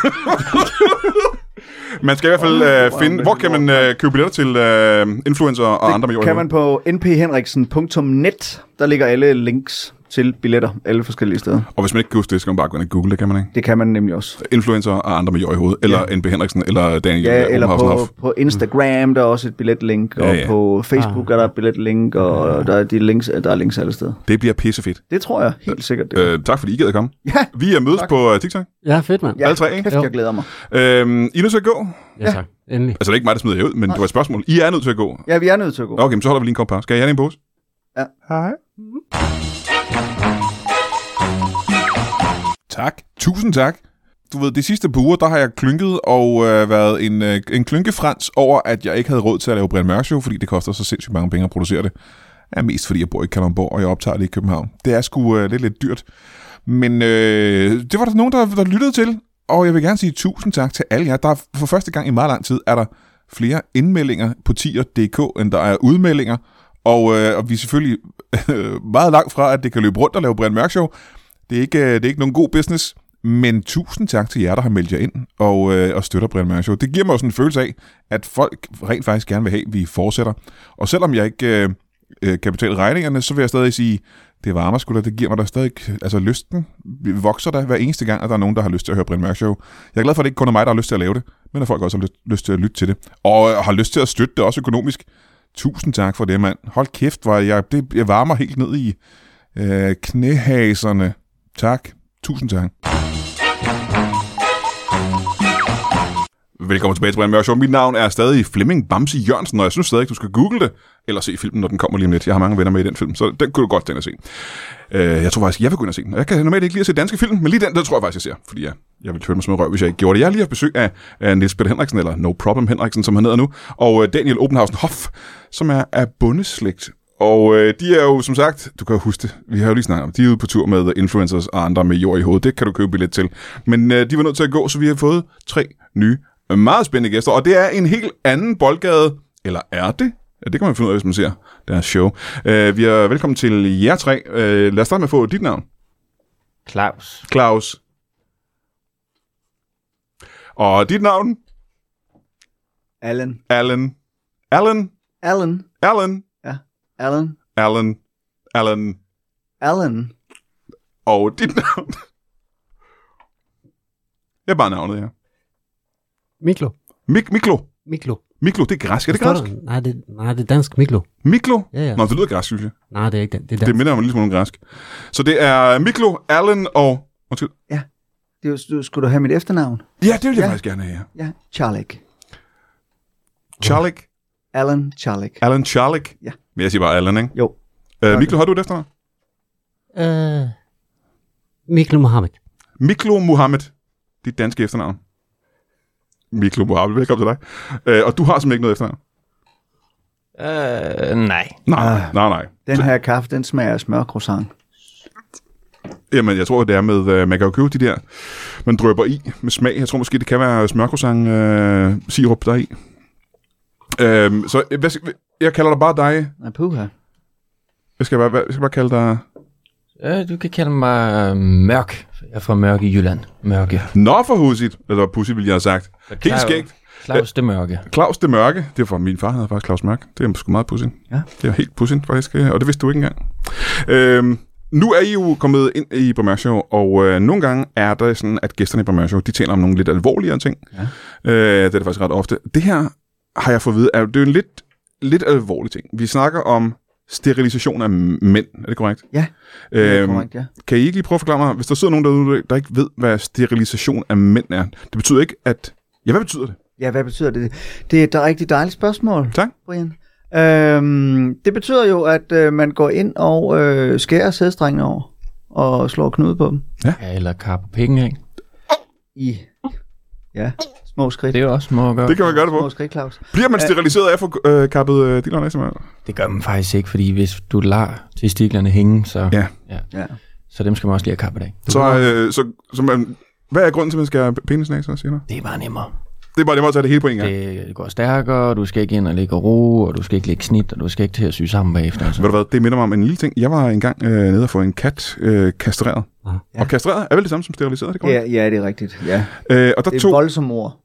Man skal i hvert fald øh, finde... Hvor kan man øh, købe billetter til øh, influencer og andre med jord? i
Kan
hovedet?
man på nphenriksen.net, der ligger alle links. til billetter alle forskellige steder.
Og hvis man ikke kan huske det, så kan man bare gå ind og google det, kan man ikke?
Det kan man nemlig også.
Influencer og andre med jord i hovedet, eller ja. N.B. Henriksen, eller Daniel
Ja, eller på,
Oberhausenhoff.
på Instagram, der er også et billetlink, og
Ja, ja.
på Facebook er der et billetlink, og der er, de links, der er links alle steder.
Det bliver pissefedt.
Det tror jeg helt sikkert. Det. Øh,
Øh, tak fordi I gad at komme.
ja,
Vi er mødes tak. på uh, TikTok.
Ja, fedt, mand.
ja
alle tre, ikke?
kæft,
Jo.
jeg glæder mig.
Øhm, I er nødt til at gå.
Ja, tak. Endelig.
Altså, det er ikke mig, der smider jer ud, men det var et spørgsmål. I er nødt til at gå.
Ja, vi er nødt til at gå.
Okay, men så holder vi lige en kop pause. Skal jeg have en pose? Mhm.
Ja.
Hej. Tak. Tusind tak. Du ved, de sidste par uger, der har jeg klynket og øh, været en, øh, en klynkefrans over, at jeg ikke havde råd til at lave Brian Mørk Show, fordi det koster så sindssygt mange penge at producere det. Ja, mest fordi jeg bor i Kalundborg, og jeg optager det i København. Det er sgu øh, lidt, lidt dyrt. Men øh, det var der nogen, der, der lyttede til, og jeg vil gerne sige tusind tak til alle jer. Der er for første gang i meget lang tid, er der flere indmeldinger på tier.dk, end der er udmeldinger. Og, øh, og vi er selvfølgelig øh, meget langt fra, at det kan løbe rundt og lave Brian Mørk Show. Det er ikke, øh, det er ikke nogen god business, men tusind tak til jer, der har meldt jer ind og, øh, og støtter Brian Mørk Show. Det giver mig også en følelse af, at folk rent faktisk gerne vil have, at vi fortsætter. Og selvom jeg ikke øh, øh, kan betale regningerne, så vil jeg stadig sige, det varmer sgu da, det giver mig da stadig, altså lysten vokser da hver eneste gang, at der er nogen, der har lyst til at høre Brian Mørk Show. Jeg er glad for, at det ikke kun er mig, der har lyst til at lave det, men at folk også har lyst, lyst til at lytte til det. Og øh, har lyst til at støtte det også økonomisk. Tusind tak for det, mand. Hold kæft, hvor jeg, det, jeg varmer helt ned i øh, knæhaserne. Tak. Tusind tak. Velkommen tilbage til Brian Mørk Show. Mit navn er stadig Flemming Bamsi Jørgensen, og jeg synes stadig, du skal google det, eller se filmen, når den kommer lige om lidt. Jeg har mange venner med i den film, så den kunne du godt tænke at se. Øh, jeg tror faktisk, jeg vil gå ind og se den. Og Jeg kan normalt ikke lide at se danske film, men lige den, der tror jeg faktisk, jeg ser. Fordi jeg, jeg ville høre mig som en røv, hvis jeg ikke gjorde det. Jeg har lige haft besøg af, af Niels Peter Henriksen, eller No Problem Henriksen, som han hedder nu, og øh, Daniel Obenhausen Hoff, som er af bundeslægt. Og øh, de er jo, som sagt, du kan jo huske det, vi har jo lige snakket om, de er ude på tur med influencers og andre med jord i hovedet. Det kan du købe billet til. Men øh, de var nødt til at gå, så vi har fået tre nye øh, meget spændende gæster. Og det er en helt anden boldgade, eller er det? Ja, det kan man finde ud af, hvis man ser deres show. Øh, vi er velkommen til jer tre. Øh, lad os starte med at få dit navn.
Claus.
Claus. Og dit navn?
Allen.
Allen. Allen.
Allen.
Allen.
Allen.
Allen. Allen.
Allen.
Og dit navn? Det er bare navnet, ja.
Miklo.
Mik- Miklo.
Miklo.
Miklo, det er græsk. Er det
Forstår
græsk?
du? Nej, det, nej, det er dansk Miklo.
Miklo?
Ja, ja.
Nå, det lyder græsk, synes jeg.
Nej, det er ikke det. Det er
Det
dansk.
minder mig lidt smule om græsk. Så det er Miklo, Allen og... Undskyld.
Det er, jo- skulle du have mit efternavn?
Ja, det vil jeg ja.
Ja.
faktisk gerne have, ja.
Ja, Charlik.
Charlik.
Allen Charlik.
Allen Charlik.
Ja.
Men jeg siger bare Allen, ikke?
Jo.
Øh, Miklo, har du et efternavn?
Øh, Miklo Mohammed.
Miklo Mohammed. Dit danske efternavn. Miklo Mohammed, velkommen til dig. Øh, og du har simpelthen ikke noget efternavn?
Øh, nej.
Nej, nej, nej.
Den her kaffe, den smager af smørcroissant.
Jamen, jeg tror, det er med, øh, man kan jo købe de der, man drøber i med smag. Jeg tror måske, det kan være smørkosang øh, sirup, der er i. Øhm, så øh, hvad, skal- jeg kalder dig bare dig.
Nej, puha.
Jeg skal bare, hvad, jeg skal bare kalde dig...
Øh, du kan kalde mig øh, Mørk. Jeg er fra Mørke i Jylland. Mørke.
Nå for huset, eller pussy, ville jeg have sagt. Helt
Claus-
skægt.
Claus det Mørke.
Claus det Mørke, det er fra min far, han hedder faktisk Claus Mørk. Det er sgu meget pussin.
Ja.
Det er helt pussin faktisk, øh, og det vidste du ikke engang. Øhm, nu er I jo kommet ind i Brian Show, og øh, nogle gange er der sådan, at gæsterne i Brian Show, de taler om nogle lidt alvorligere ting. Ja. Øh, det er det faktisk ret ofte. Det her har jeg fået at vide, er, det er jo en lidt, lidt alvorlig ting. Vi snakker om sterilisation af mænd, er det korrekt?
Ja, Det er
øhm,
korrekt, ja.
kan I ikke lige prøve at forklare mig, hvis der sidder nogen derude, der ikke ved, hvad sterilisation af mænd er? Det betyder ikke, at... Ja, hvad betyder det?
Ja, hvad betyder det? Det er et rigtig dejligt spørgsmål,
Tak.
Brian. Øhm, det betyder jo, at øh, man går ind og øh, skærer sædstrengene over og slår knude på dem.
Ja, eller Carpe Penge, ikke?
I, ja, små skridt.
Det er jo også små at gøre.
Det kan man gøre det på.
små skridt, Claus.
Bliver man steriliseret af at få øh, kappet øh, dilleren af, simpelthen?
Det gør man faktisk ikke, fordi hvis du lader testiklerne hænge, så,
Ja.
Ja.
så dem skal man også lige have kappet af.
Så, øh, så, så man, hvad er grunden til, at man skal have penisen af, så siger du?
Det er bare nemmere.
Det er bare nemmere at tage det hele på en
Ja.
gang. Det...
Det går stærkere, og du skal ikke ind og ligge og ro, og du skal ikke ligge snit, og du skal ikke til at sy sammen bagefter. Altså.
Ved du hvad, det minder mig om en lille ting. Jeg var engang øh, nede og få en kat øh, kastreret.
Aha.
Ja. Og kastreret er vel det samme som steriliseret, er det
Ja, ja, det er rigtigt. Ja.
Ja. Øh, og der
Det er
tog...
voldsomt mor.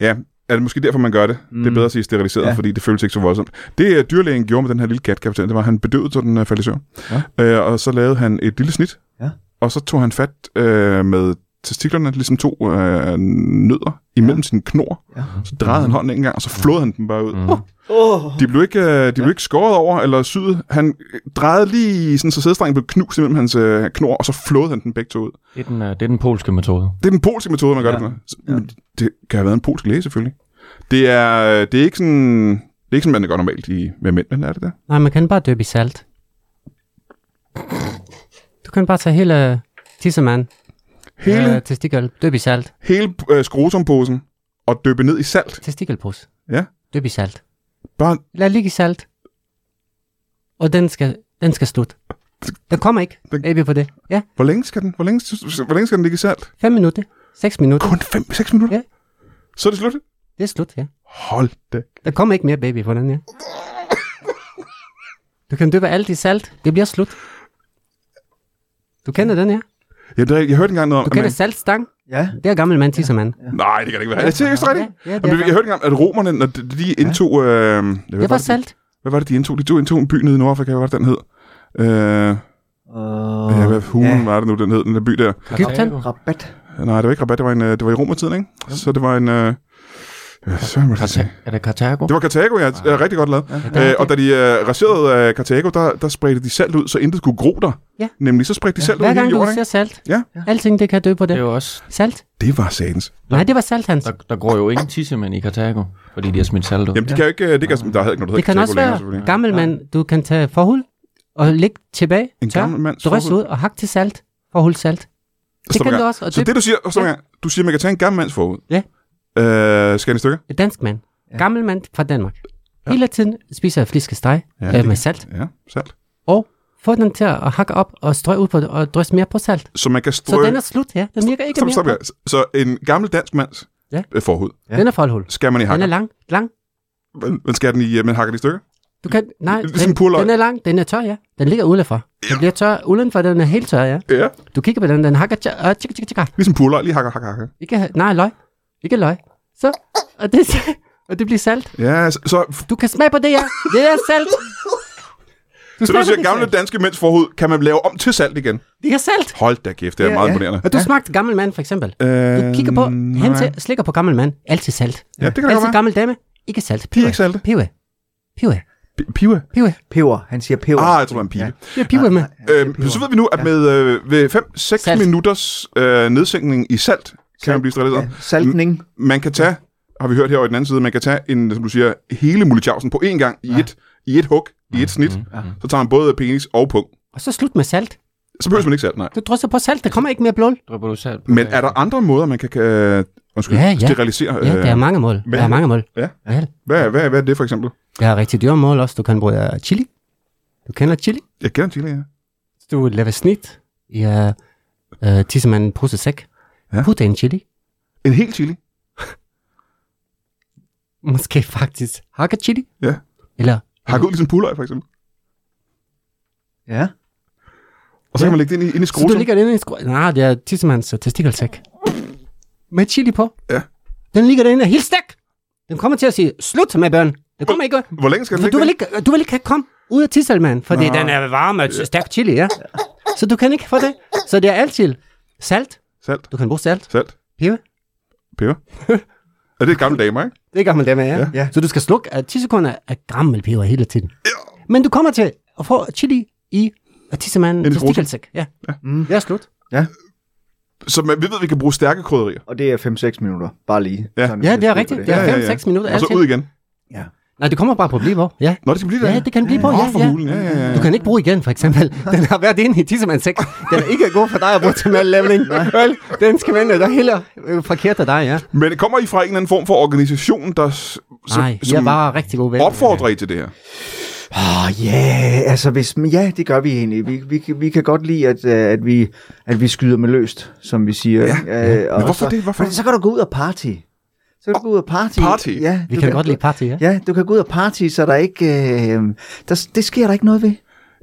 Ja, er det måske derfor, man gør det. Mm. Det er bedre at sige steriliseret, ja.
Ja.
fordi det føles ikke så voldsomt. Det øh, dyrlægen gjorde med den her lille katkaptajn, det var, at han bedøvede, så den øh, faldt i søvn. Ja. Øh, og så lavede han et lille snit,
Ja.
og så tog han fat øh, med testiklerne, ligesom to øh, nødder imellem ja. sine knor. Ja.
Ja.
Så drejede han hånden en gang, og så flåede han den bare ud. Mm.
Oh.
De blev ikke, øh, de blev ikke skåret over eller syet. Han øh, drejede lige sådan, så sædstrengen blev knust imellem hans øh, knor, og så flåede han den begge to ud.
Det er den, øh, det er den polske metode.
Det er den polske metode, man gør ja.
Ja.
det med. Så, men Det kan have været en polsk læge, selvfølgelig. Det er, øh, det er ikke sådan... Det er ikke sådan, man gør normalt i, med mænd, men er det der?
Nej, man kan bare døbe i salt. Du kan bare tage hele tissemand,
Hele, ja.
øh, testikel, døbe i salt,
hele øh, skrotumposen og dyppe ned i salt.
testikelpose,
Ja.
døbe i salt.
Bare,
Lad ligge i salt. Og den skal, den skal slutte. Der kommer ikke
Den-
baby på det. Ja,
hvor, længe skal den, hvor, længe, hvor længe skal den ligge i salt?
5 minutter, 6 minutter,
Kun 5-6 minutter? Ja.
Ja.
Så er det slut?
det er slut, ja.
Hold da.
Der kommer ikke mere baby på den, ja. Du kan døbe alt i salt, det bliver slut. Du kender den, ja.
Jeg, jeg, jeg hørte engang noget om...
Du
at
kender
man,
saltstang,
Ja.
det er gammel mand, tissemand.
nej, det kan det ikke være. Er det seriøst rigtigt?
Ja, ja, det er
Jamen, jeg, jeg
gammel.
hørte engang, at romerne, når de, de indtog... Øh, hvad
Det var
de-
salt.
Hvad var det, de indtog? De tog indtog en by nede i Nordafrika. Hvad var det, den hed? Øh,
Uh,
ja, hvad hulen ja. var det nu, den hed, den der by der?
Egypten.
Rabat.
Nej, det var ikke Rabat, det var, en, øh, det var i romertiden, ikke? Jo. Så det var en... Øh, hvad søren var det, jeg sagde?
Er det Cartago?
det var Karthago, ja. Ah. Rigtig godt lavet. Ja, øh, og da de øh, raserede øh, Karthago, der, der spredte de salt ud, så intet kunne gro der.
Ja.
Nemlig, så spredte de salt ud
Hver
i hele
gang du
jorden, ikke?
ser salt,
Ja.
alting det kan dø på
Det er
det.
jo også...
Salt?
Det var satans.
Nej, det var salt, Hans.
Der, der går jo ingen tissemand i Cartago, fordi de har smidt salt ud.
Jamen, de kan jo ikke... øh, Det kan, der havde ikke noget, der
Ah. Det kan
hed
også
Karthago længere,
være
selvfølgelig.
gammel mand. Du kan tage forhul og ligge tilbage,
En
tør,
gammel mands
drys
forhud.
ud og hak til salt. Forhul salt. Det
Stop en
kan du
gang.
også. Og
Så
det
det, du siger... Stop en gang. Du siger, man kan tage en gammel mands forud.
Ja.
Øh, skal han i stykker?
er dansk mand. Gammel mand fra Danmark. Hele tiden spiser jeg flæskesteg
Ja, det-
øh, med salt.
Ja, salt.
Og få den til at hakke op og strø ud på det, og drys mere på salt.
Så man kan
Så
strø...
den er slut, ja. Den virker ikke
Stop,
mere.
stop, ja. Så en gammel dansk mands
Ja.
øh, forhud,
på. Den er forhul.
skal man i
Den er
hakker.
lang, lang.
Men- Men skal den i... øh, Man hakker det i stykker?
Du kan, nej,
Ligesom
den,
purløg.
den er lang, den er tør, ja. Den ligger udenfor. Den bliver tør, udenfor, den er helt tør, ja.
Ja.
Du kigger på den, den hakker, tja, uh, tjek, tjek, tjek.
Ligesom purløg, lige hakker, hakker, hakker.
Ikke, ha- nej, løg. Ikke løg. Så, og det, og det bliver salt.
Ja, så, så,
Du kan smage på det, ja. Det er salt.
så du
Du smager på
siger,
det
gamle
salt.
danske mænds forhud kan man lave om til salt igen.
Det er salt.
Hold da kæft, det er ja,
Ja,
meget
ja.
imponerende.
Og du smagte gammel mand, for eksempel.
Øh,
Du kigger på, hen
nej.
til, Altså, slikker på gammel mand. Altid salt.
Ja, det kan det godt
Altid
være.
gammel dame. Ikke salt.
Piger ikke salte.
Pive. Pive.
P- Pive.
Pive.
Peber. Han siger peber.
Ah, jeg tror, det var en pibe.
Det er pive med.
han siger
Øhm,
peber.
så ved vi nu, at med øh, ved 5-6
Salt.
minutters øh, nedsænkning i salt, kan man blive steriliseret.
Ja, saltning.
Man kan tage, har vi hørt herovre i den anden side, man kan tage en, som du siger, hele mulichausen på én gang i, et, i et hug, i et
Mhm.
snit. Så tager man både penis og pung.
Og så slut med salt.
Så behøver man ikke salt, nej.
Du drysser på salt. Der kommer ikke mere blål.
Drøber du salt på
Men er der andre måder, man kan, kan undskyld,
Ja, ja.
sterilisere?
Ja, der er mange mål.
Øh, men-
Der er mange mål.
ja.
Vel.
Hvad, hvad, hvad er det for eksempel?
Der er rigtig dyre mål også. Du kan bruge øh, chili. Du kender chili?
Jeg kender til det, ja.
du laver snit i uh, uh, tissemanden pose sæk.
Ja.
Ja. Put en chili.
En hel chili.
Måske faktisk hakket chili.
Ja.
Eller
Hakket ud ligesom puløg, for eksempel.
Ja.
Og så kan man lægge det ind i, ind i
så du
skrotum.
ligger den inde i skru... Nej, det er tissemands uh, testikelsæk. Med chili på.
Ja.
Den ligger derinde helt stærk. Den kommer til at sige, slut med børn. Den kommer ikke.
Hvor længe skal den
For
ligge
du vil
der?
ikke, du vil ikke komme ud af tisselmanden, fordi den er varm og stærk chili, ja. Så du kan ikke få det. Så det er altid salt.
Salt,
Du kan bruge salt.
salt,
Peber.
peber. er det et gammelt dame, ikke?
Det gør man det med, ja.
Ja.
Så du skal slukke af 10 sekunder af gammel peber hele tiden. Ja. Men du kommer til at få chili i af tissemanden
En
til
rose.
stikkelsæk. Ja. ja.
Mm.
Det er slut.
Så man, vi ved, at vi kan bruge stærke krydderier.
Og det er 5-6 minutter. Bare lige.
Ja.
Sådan,
Ja,
hvis
det er
vi
rigtigt.
slipper
Det er
Ja, ja,
5-6
ja.
minutter
Og så
altid.
ud igen.
Ja.
Nej, det kommer bare på at blive, hvor? Ja.
Nå, det skal blive der.
Ja, det kan blive på,
Åh,
ja,
for
ja.
hulen. Ja, ja, ja.
Du kan ikke bruge igen, for eksempel. Den har været inde i tissemandssæk. Den er ikke god for dig at bruge til madlavning. Vel, den skal vende dig helt øh, forkert af dig, ja.
Men kommer I fra en eller anden form for organisation, der s- som,
Nej,
som
jeg var rigtig god ven.
opfordrer I til det her?
Åh, oh, ja, yeah. altså hvis, ja, det gør vi egentlig. Vi, vi, vi kan godt lide, at, øh, at, vi, at vi skyder med løst, som vi siger.
Ja,
ja.
Men hvorfor
så,
det? Hvorfor?
Fordi Så kan du gå ud og party. Så kan du gå ud og party.
party?
Ja,
Vi
du
kan godt lide party, ja.
Ja, du kan gå ud og party, så der ikke, øh, der, det sker der ikke noget ved.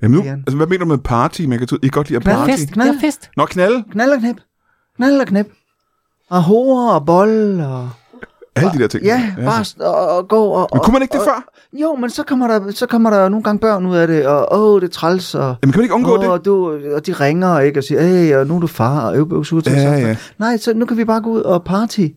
Jamen nu,
Jan.
altså, hvad mener du med party? Man kan ty- I kan godt lide at
Det er
party.
fest. Det er fest.
Nå, knalde.
Knald og knæp. Knald og knæp. Og hore og bold og...
Er Alle de der ting.
Ja, bare st- og, og gå og...
Men kunne man ikke det
og,
før?
Og, jo, men så kommer, der, så kommer der nogle gange børn ud af det, og åh, det er træls, og...
Jamen, kan man ikke undgå
Åh,
det?
og, du, og de ringer ikke og siger, hey, og nu er du far, og øv, øv, suge til
Ja,
sig."
ja.
Nej, så nu kan vi bare gå ud og party.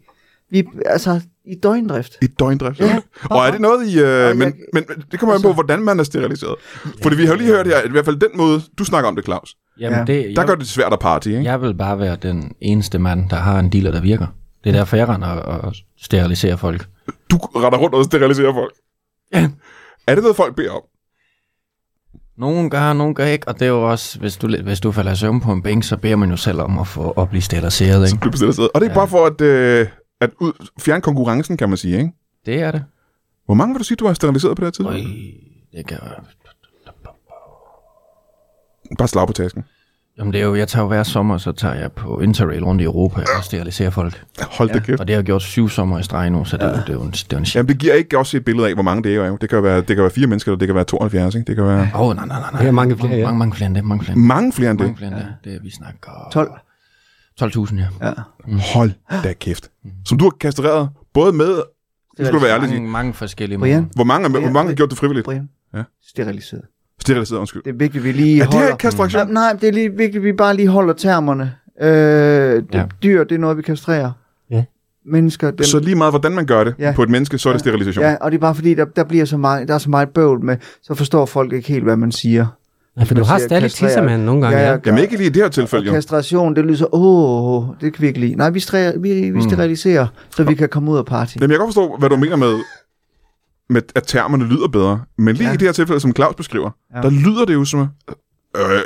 Vi, altså, i døgndrift.
I døgndrift.
Ja.
Og er det noget i... Øh,
jeg-
men, men det kommer
Altså-
an på, hvordan man er steriliseret. Fordi vi har jo lige hørt her, at i hvert fald den måde, du snakker om det, Claus.
Jamen,
Ja.
ja. det,
Der
jeg,
gør det svært at party, ikke?
jeg vil bare være den eneste mand, der har en dealer, der virker. Det er derfor, jeg render og, og steriliserer folk.
Du retter rundt og steriliserer folk.
Ja.
Er det noget, folk beder om?
Nogen gør, nogen gør ikke, og det er jo også, hvis du, hvis du falder i søvn på en bænk, så beder man jo selv om at, få, at blive steriliseret,
Så
ikke?
bliver steriliseret. Og det er bare for at, øh, at ud, fjerne konkurrencen, kan man sige, ikke?
Det er det.
Hvor mange vil du sige, du har steriliseret på det her tidspunkt?
Øj, det kan
Bare slag på tasken.
Jamen det er jo, jeg tager jo hver sommer, så tager jeg på interrail rundt i Europa og steriliserer folk.
Hold da kæft.
Og det har jeg gjort syv sommer i streg nu, så det, ja. det er jo en, det er jo en shit.
Jamen, det giver ikke også et billede af, hvor mange det er. Jo. Det kan være, det kan være fire mennesker, eller det kan være 72, ikke? Det kan være
Åh, oh, nej, nej, nej, nej.
Det er mange flere, ja.
mange, mange flere end det, mange flere end
mange flere end
det. Mange
det.
flere end det. Det er, vi snakker...
12.
12.000, ja.
Ja.
Hold
Ah.
da kæft. Som du har kastreret, både med... Nu skal du være ærlig og sige,
Mange, mange forskellige
Brian,
hvor mange, hvor
Ja,
mange har
det-
gjort det frivilligt?
Brian,
Ja.
ja. steriliseret.
Steriliseret, undskyld.
Det er vigtigt, vi lige
Er det her
holder...
ikke kastration?
Nej, nej, det er lige vigtigt, vi bare lige holder termerne. Øh, ja.
Ja.
Dyr, det er noget, vi kastrerer.
Ja.
Mennesker, det
Så lige meget, hvordan man gør det
Ja.
på et menneske, så er det sterilisation.
Ja, og det er bare fordi, der, der, bliver så meget, der er så meget bøvl med, så forstår folk ikke helt, hvad man siger.
Ja, for du
Man
har
siger
stadig
kastrere.
tissemanden nogle gange. Ja, ja.
Jamen ikke lige i det her
Og
tilfælde, jo.
kastration, det lyder åh, oh, det kan vi ikke lide. Nej, vi, stre- vi, vi steriliserer, så vi kan komme ud af party.
Jamen, jeg kan godt forstå, hvad du mener med, med at termerne lyder bedre. Men lige ja.
Ja.
i det her tilfælde, som Claus beskriver, ja.
Ja.
der lyder det jo som... Øh,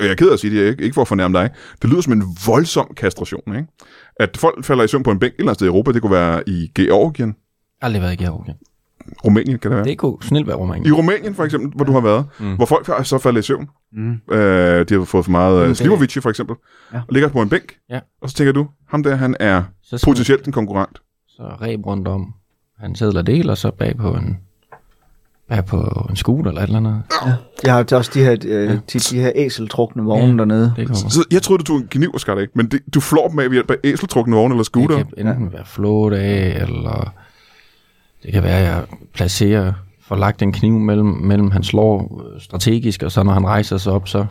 jeg er ked af at sige det, ikke, ikke for at fornærme dig. Det lyder som en voldsom kastration, ikke? At folk falder i søvn på en bænk et eller andet sted i Europa. Det kunne være i Georgien,
Aldrig været i Georgien.
Rumænien, kan det være?
Det kunne snilt være Rumænien.
I Rumænien for eksempel, hvor du har været, mm. hvor folk er så faldet i søvn. Mm. Øh, de har fået for meget
det
mm,
er-
Slivovici for eksempel, ja.
Ja.
og ligger på en bænk.
Ja.
Og så tænker du, ham der, han er
Så skal
potentielt en konkurrent.
Så ræb rundt om hans ædler del, og så bag på en, bag på en scooter eller et eller andet.
Jeg har også de her, øh, de, de her æseltrukne vogne
Ja.
dernede.
Det kommer.
Så jeg troede, du tog en kniv og skar det ikke, men det, du flår dem af ved hjælp af æseltrukne vogne eller scooter.
Det kan enten være flået af, eller det kan være, at jeg placerer, får lagt en kniv mellem, mellem han slår øh, strategisk, og så når han rejser sig op, så... Der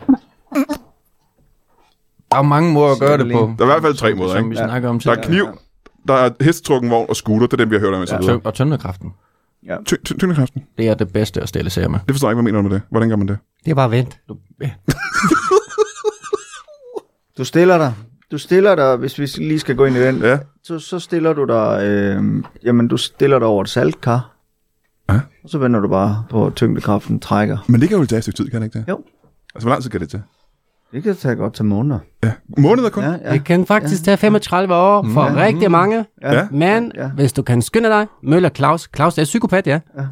er jo mange måder at gøre det på.
Der er i hvert fald tre
Som-
måder,
som
ikke?
vi snakker om
Der
tidligere.
er kniv, der er hestetrukken vogn og scooter, det er dem, vi har hørt om.
Ja.
Ja.
Tyng- Og tyndekraften.
Tyngdekraften,
Det er det bedste at stille sig med.
det forstår jeg ikke, hvad mener du med det? Hvordan gør man det?
Det er bare vent.
Du, ja.
Du stiller dig. Du stiller dig, hvis vi lige skal gå ind i den.
Ja.
Så, så stiller du dig, øh, jamen du stiller dig over et saltkar.
Ja.
Og så vender du bare på at tyngdekraften trækker.
Men det kan jo tage et stykke tid, kan det ikke det?
Jo.
Altså, hvor lang tid kan det tage?
Det kan tage godt til måneder.
Ja. Måneder kun?
Ja,
Ja.
ja.
Det kan faktisk tage 35 år for ja. rigtig mange.
Ja.
Men ja.
Ja.
hvis du kan skynde dig, Møller Claus. Claus det er psykopat, ja. ja.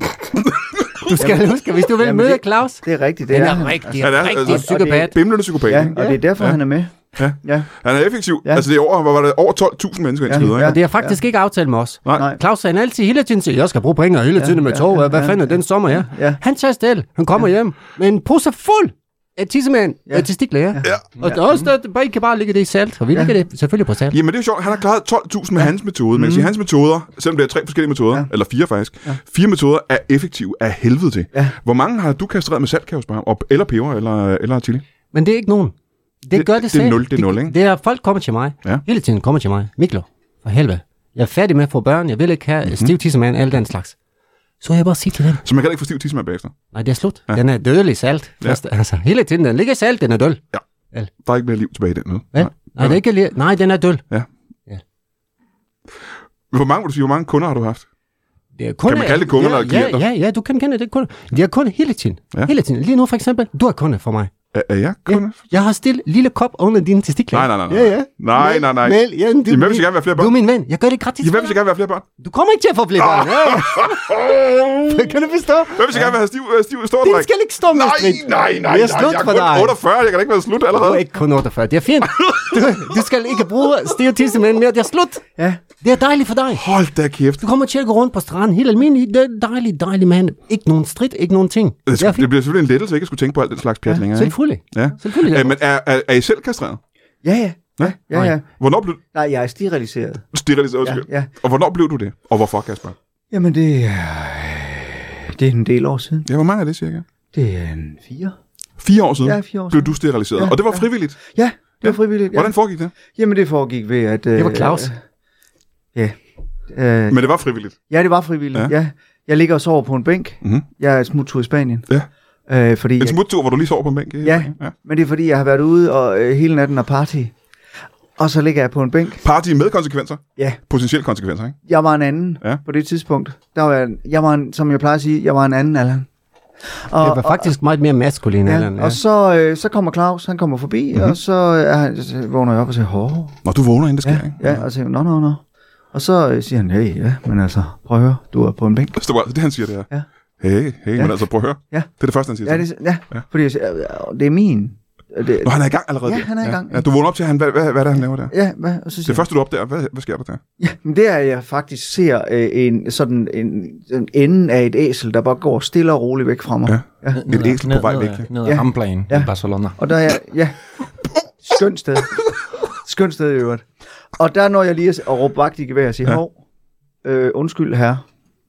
du skal Jamen. huske, hvis du vil
Jamen,
møde
det-
Claus,
Det er rigtigt, det
den
er,
er
han.
rigtig,
Ja, det er-
rigtig
altså-
psykopat.
Bimlende psykopat.
Ja,
ikke?
og det er derfor,
Ja.
ja. han er med.
Ja.
ja.
Han er effektiv. Ja.
Ja.
Altså, det er over, hvor var det over 12.000 mennesker indtil
Ja.
videre, ikke?
Ja.
Og det er faktisk ja. ikke aftalt med os.
Nej.
Nej.
Claus sagde altid hele tiden, til, jeg skal bruge penge hele tiden med tog. Hvad fanden er den sommer, ja?
Ja.
Han tager stil. Han kommer hjem med en pose fuld af tissemænd
Ja.
og testikler, ja.
Ja.
Og der er også der, I kan bare ligge det i salt, og vi ligger det Mhm. selvfølgelig på salt.
Jamen, det er jo sjovt. Han har klaret 12.000 med hans metode. Men mm. hans metoder, selvom det er tre forskellige metoder, ja. eller fire faktisk, ja. fire metoder er effektive af helvede til. Ja. Hvor mange har du kastreret med salt, kan jeg jo spørge om? Op- Eller peber, eller, eller chili?
Men det er ikke nogen. Det,
Det-
det gør det,
det er
selv.
nul, det er nul, ikke?
Det er, folk kommer til mig.
Ja.
Hele tiden kommer til mig. Mikler, for helvede. Jeg er færdig med at få børn. Jeg vil ikke have
Mhm.
mm-hmm. stiv tissemand, alt den slags. Så jeg bare sige til dem,
Så man kan da ikke få stiv tissemand bagefter.
nej, det er slut. Ja. Den er dødelig salt. Ja. Altså, hele tiden, den ligger i salt, den er døl.
Der er ikke mere liv tilbage i den måde.
Ja. Nej, nej, det er ikke, li- nej, den er døl.
Hvor mange, vil du sige, hvor mange kunder har du haft?
Det er kun,
Kan man kalde det kunder
ja,
eller klienter?
Ja, ja, ja, du kan kalde det kunder. Det er kunder hele tiden.
Ja.
Ja. Hele tiden. Lige nu for eksempel, du er kunde for mig.
Er, er jeg kunde? Ja.
Jeg har stillet lille kop under dine testikler.
Nej, nej, nej, nej.
Ja, ja.
Nej, nej, nej.
Mel, ja, du,
I hvem vil gerne være flere
du
børn?
er min ven. Jeg gør det gratis.
I hvem
for
vil
dig.
gerne være flere børn?
Du kommer ikke til at få flere børn.
Ah.
Ja. kan du forstå?
Hvem vil gerne være stiv, øh, stiv stor
Den
dreng?
skal ikke stå med
Nej,
strik.
nej, nej,
Det er
nej.
slut
Jeg er
for dig.
kun 48, jeg kan da ikke være slut
Du
allerede.
er ikke kun 48. Det er fint. Du, du skal ikke bruge stereotismen mere. Det er slut.
Ja.
Det er dejligt for dig.
Hold da kæft.
Du kommer til at gå rundt på stranden helt almindelig. Det er dejligt, dejligt mand. Ikke nogen strid, ikke nogen ting.
Det,
Det er
Øh, det
fint.
bliver selvfølgelig en lettelse, ikke at skulle tænke på alt den slags pjat længere. ikke?
Selvfølgelig.
Ja.
Selvfølgelig.
Øh, men er, er, er I selv kastreret?
Ja, ja.
Ja.
Ja, ja.
Hvornår blev
Nej, jeg er steriliseret.
steriliseret? Ja,
Ja, ja.
ja. Og hvornår blev du det? Og hvorfor, Kasper?
Jamen, det er, øh, det er en del år siden.
Ja, hvor mange er det cirka?
Det er en fire.
Fire år siden
Ja, fire år
blev
siden.
du steriliseret,
Ja,
og det var
ja.
frivilligt.
Ja, det var frivilligt. Ja.
Hvordan foregik det?
Jamen, det foregik ved, at... Øh,
Det var Claus.
Ja. Øh,
Men det var frivilligt.
ja, det var frivilligt,
Ja.
ja. ja. Jeg ligger og sover på en bænk.
Mhm.
Jeg er smuttur i Spanien.
Ja.
Øh, fordi
En
jeg,
smuttur, hvor du lige sov på en bænk. ikke?
Ja.
ja.
men det er fordi, jeg har været ude og øh, hele natten og party. Og så ligger jeg på en bænk.
Party med konsekvenser.
Ja,
Potentielle konsekvenser, ikke?
jeg var en anden
Ja.
ja. på det tidspunkt. Der var jeg, jeg var en, som jeg plejer at sige, jeg var en anden Allan. Og,
Det var faktisk meget mere maskulin,
ja,
Allan.
og så, øh, så kommer Claus, han kommer forbi, mm-hmm.
Mhm.
og så, er han, så vågner jeg op og siger, hov,
Når du vågner, inden det sker, ikke?
ja, og så siger, nå, nå, nå. Og så øh, siger han, hey, ja, men altså, prøv at høre, du er på en bænk.
Det, var, det han siger, det er.
Ja.
Hey, hey, men altså prøv at høre.
Ja.
Det er det første, han siger.
Ja,
til
det, ja,
Ja.
ja. fordi jeg siger, "Øh, det er min. Øh, Det,
dig. Nå, han er i gang allerede.
Ja,
der.
han er i gang.
Ja, du vågner op til, han, hvad, hvad, hvad er det, han laver der?
ja, hvad? Og så
Det
siger
første, du opdager, hvad, hvad sker der der?
Ja, men det er, at jeg faktisk ser øh, en, sådan en, en enden af et æsel, der bare går stille og roligt væk fra mig.
Ja.
Ja.
Et æsel på vej væk. ja.
Ned ad
Ja.
Hamplanen
Ja.
i Barcelona.
Og der er, ja, skønt sted. Skønt sted i øvrigt. Og der når jeg lige at- at råbe vagt i gevær og sige,
Ja.
ja. hov, øh, undskyld herre,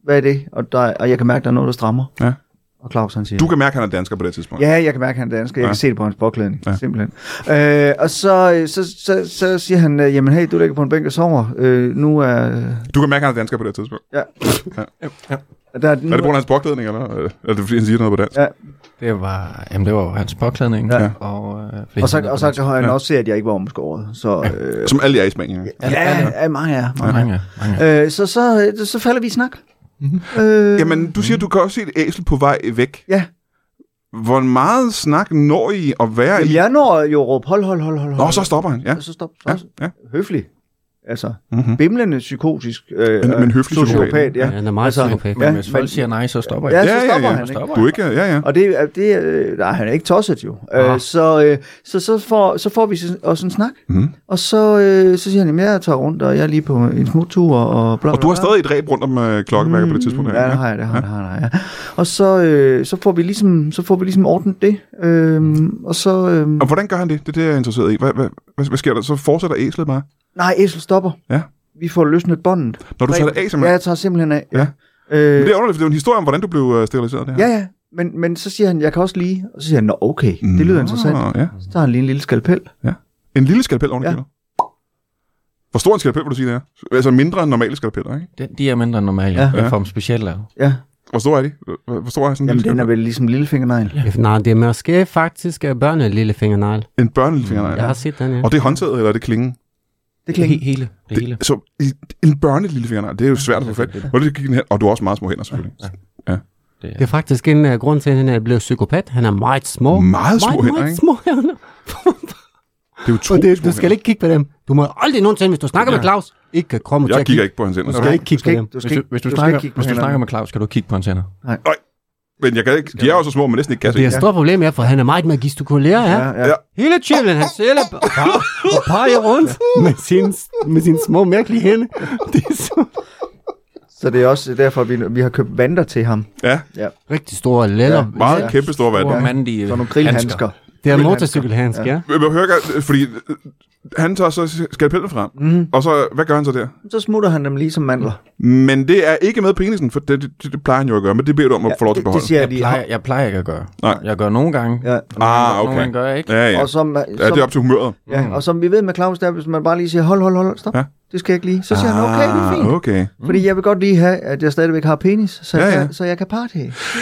hvad er det? Og, der, og jeg kan mærke, der er noget, der strammer.
Ja.
Og Claus han siger,
Du kan mærke, at han er dansker på det tidspunkt.
Ja, jeg kan mærke, at han er dansker. Jeg
Ja.
ja. kan se det på hans påklædning,
Ja.
ja. simpelthen. Øh, og så, så, så, så siger han, øh, jamen hey, du ligger på en bænk og sover. Øh, nu er...
Du kan mærke, at han er dansker på det tidspunkt.
Ja.
ja.
Der er,
Er det på grund af hans påklædning, eller øh, er det fordi, han siger noget på dansk?
Ja.
Det var, jamen, det var jo hans påklædning.
Ja.
Og, øh, fordi
Og så,
han er
og
på
så har han også set, at jeg ikke var omskåret. Så, øh,
Som alle jer i Spanien. ikke?
ja, ja, ja, mange er.
dansk.
Mange
Mange, mange.
er. Øh, så, så, øh, så falder vi i snak. Øh,
Mm-hmm. Jamen, du siger, du kan også se et æsel på vej væk.
Ja,
Hvor meget snak når I at være i?
Jamen, jeg når jo at råbe, hold, hold, hold, hold.
Nå,
hold.
så stopper han. Ja.
Og så stop.
Ja,
Så,
ja.
Høflig. Altså,
Mhm.
bimlende psykotisk. Øh,
Men- men høflig
sociopat,
psykopat.
Ja. Altså,
Ja, han er meget psykopat.
Men
ja,
hvis folk
men-
siger nej, så stopper
Ja,
jeg.
Ja,
så
ja,
stopper
ja.
han, ikke?
Du er ikke, ja, ja.
Og det, er- det, er- nej, han er ikke tosset jo. Øh, så, øh, så, så, får, så får vi sådan- også en snak.
Mhm.
Og så, øh, så siger han, at jeg tager rundt, og jeg er lige på en smuttur. Og, bla,
Og
bla,
du har
bla.
stadig et ræb rundt om øh, klokkeværket på det tidspunkt.
Mm, Ja, det har jeg, det har jeg, det har jeg, ja. Og så, øh, så, får vi ligesom, så får vi ligesom ordnet det. Øhm, og så... Øhm,
Og hvordan gør han det? Det er det, jeg er interesseret i. Hvad, hvad, hvad, hvad sker der? Så fortsætter æslet bare.
nej, æsel stopper.
Ja.
Vi får løsnet båndet.
Når du tager det af,
Ja,
simpelthen.
jeg tager simpelthen af.
Ja. Men
Øh,
det er underligt, for det er jo en historie om, hvordan du blev øh, steriliseret. Det her.
ja, ja. Men, men så siger han, jeg kan også lige. Og så siger han, nå okay,
Nå,
det lyder interessant.
Ja.
Så tager han lige en lille skalpel.
En lille skalpel oven i
Ja.
købet. Hvor stor en skalpel vil du sige, det er? Altså mindre end normale skalpeller, ikke?
Den, de er mindre end normalt.
Ja.
Ja. Jeg får dem specielt lavet.
Ja.
Hvor stor er de? Hvor hvor stor er sådan en
Jamen,
lille
den er
skalpel?
vel ligesom lillefingernegl.
Ja. Nej, det er måske faktisk øh, børne lille fingernegl.
En børnelillefinger, nej.
Mm, Jeg har set den, ja.
Og det er håndtaget, eller er det klingen?
Det
Det
klinger.
he- hele. Det hele.
Så i- en børnelillefinger, nej. Det er jo svært at få fat. Hvor det gik den her? Og du har også meget små hænder, selvfølgelig.
Det er faktisk en uh, grund til, at han er blevet psykopat. Han er meget små.
Meget små
meget,
hænder,
meget
ikke?
små hænder.
Det er jo to
Og det,
små
du skal
hænder.
ikke kigge på dem. Du må aldrig nogensinde, hvis du snakker med Claus, ikke komme til
Jeg
at
kigger
kigge.
ikke på hans hænder.
Du skal ikke
Du
kigge
skal
på
ikke,
dem.
du
Hvis
skal
du,
ikke,
hvis du,
skal
snakker,
ikke kigge på
hvis du
hinanden.
snakker med Claus, skal du kigge på hans hænder.
Men jeg kan ikke, de er jo så små, man næsten ikke kan se.
Det er et stort problem, ja, for han er meget med gestikulere, ja.
Ja, ja.
Ja.
ja.
Hele chillen, han sælger og par- og peger rundt med sine, med sine små mærkelige hænder. Det er så
Så det er også derfor, vi, vi har købt vanter til ham.
Ja,
rigtig store læller.
Ja,
meget kæmpe store vand.
Hvor øh, mandige
Så nogle grillhandsker.
Det er motorcykelhandsk, ja.
Men man hører ikke, fordi øh, han tager så skalpellen frem,
Mhm.
mm. og så, hvad gør han så der?
Så smutter han dem lige som mandler.
Men det er ikke med penisen, for det, det, det plejer han jo at gøre, men det beder du om at ja, få lov til at
det, det
beholde.
siger jeg
Jeg
lige.
plejer, jeg plejer ikke at gøre.
Nej.
Jeg gør nogle gange.
Ja.
ah, okay.
Nogle gange gør jeg ikke.
Ja, ja.
Og, som, som,
ja, det er op til humøret.
ja, og som vi ved med Claus, der er, hvis man bare lige siger, hold, hold, hold, stop.
Ja.
Ja. Det skal jeg ikke lige. Så siger ah, han, okay, det er fint.
Ah, okay.
Fordi jeg vil godt lige have, at jeg stadigvæk har penis, så,
Ja,
ja,
ja.
ja. Jeg, så jeg kan party.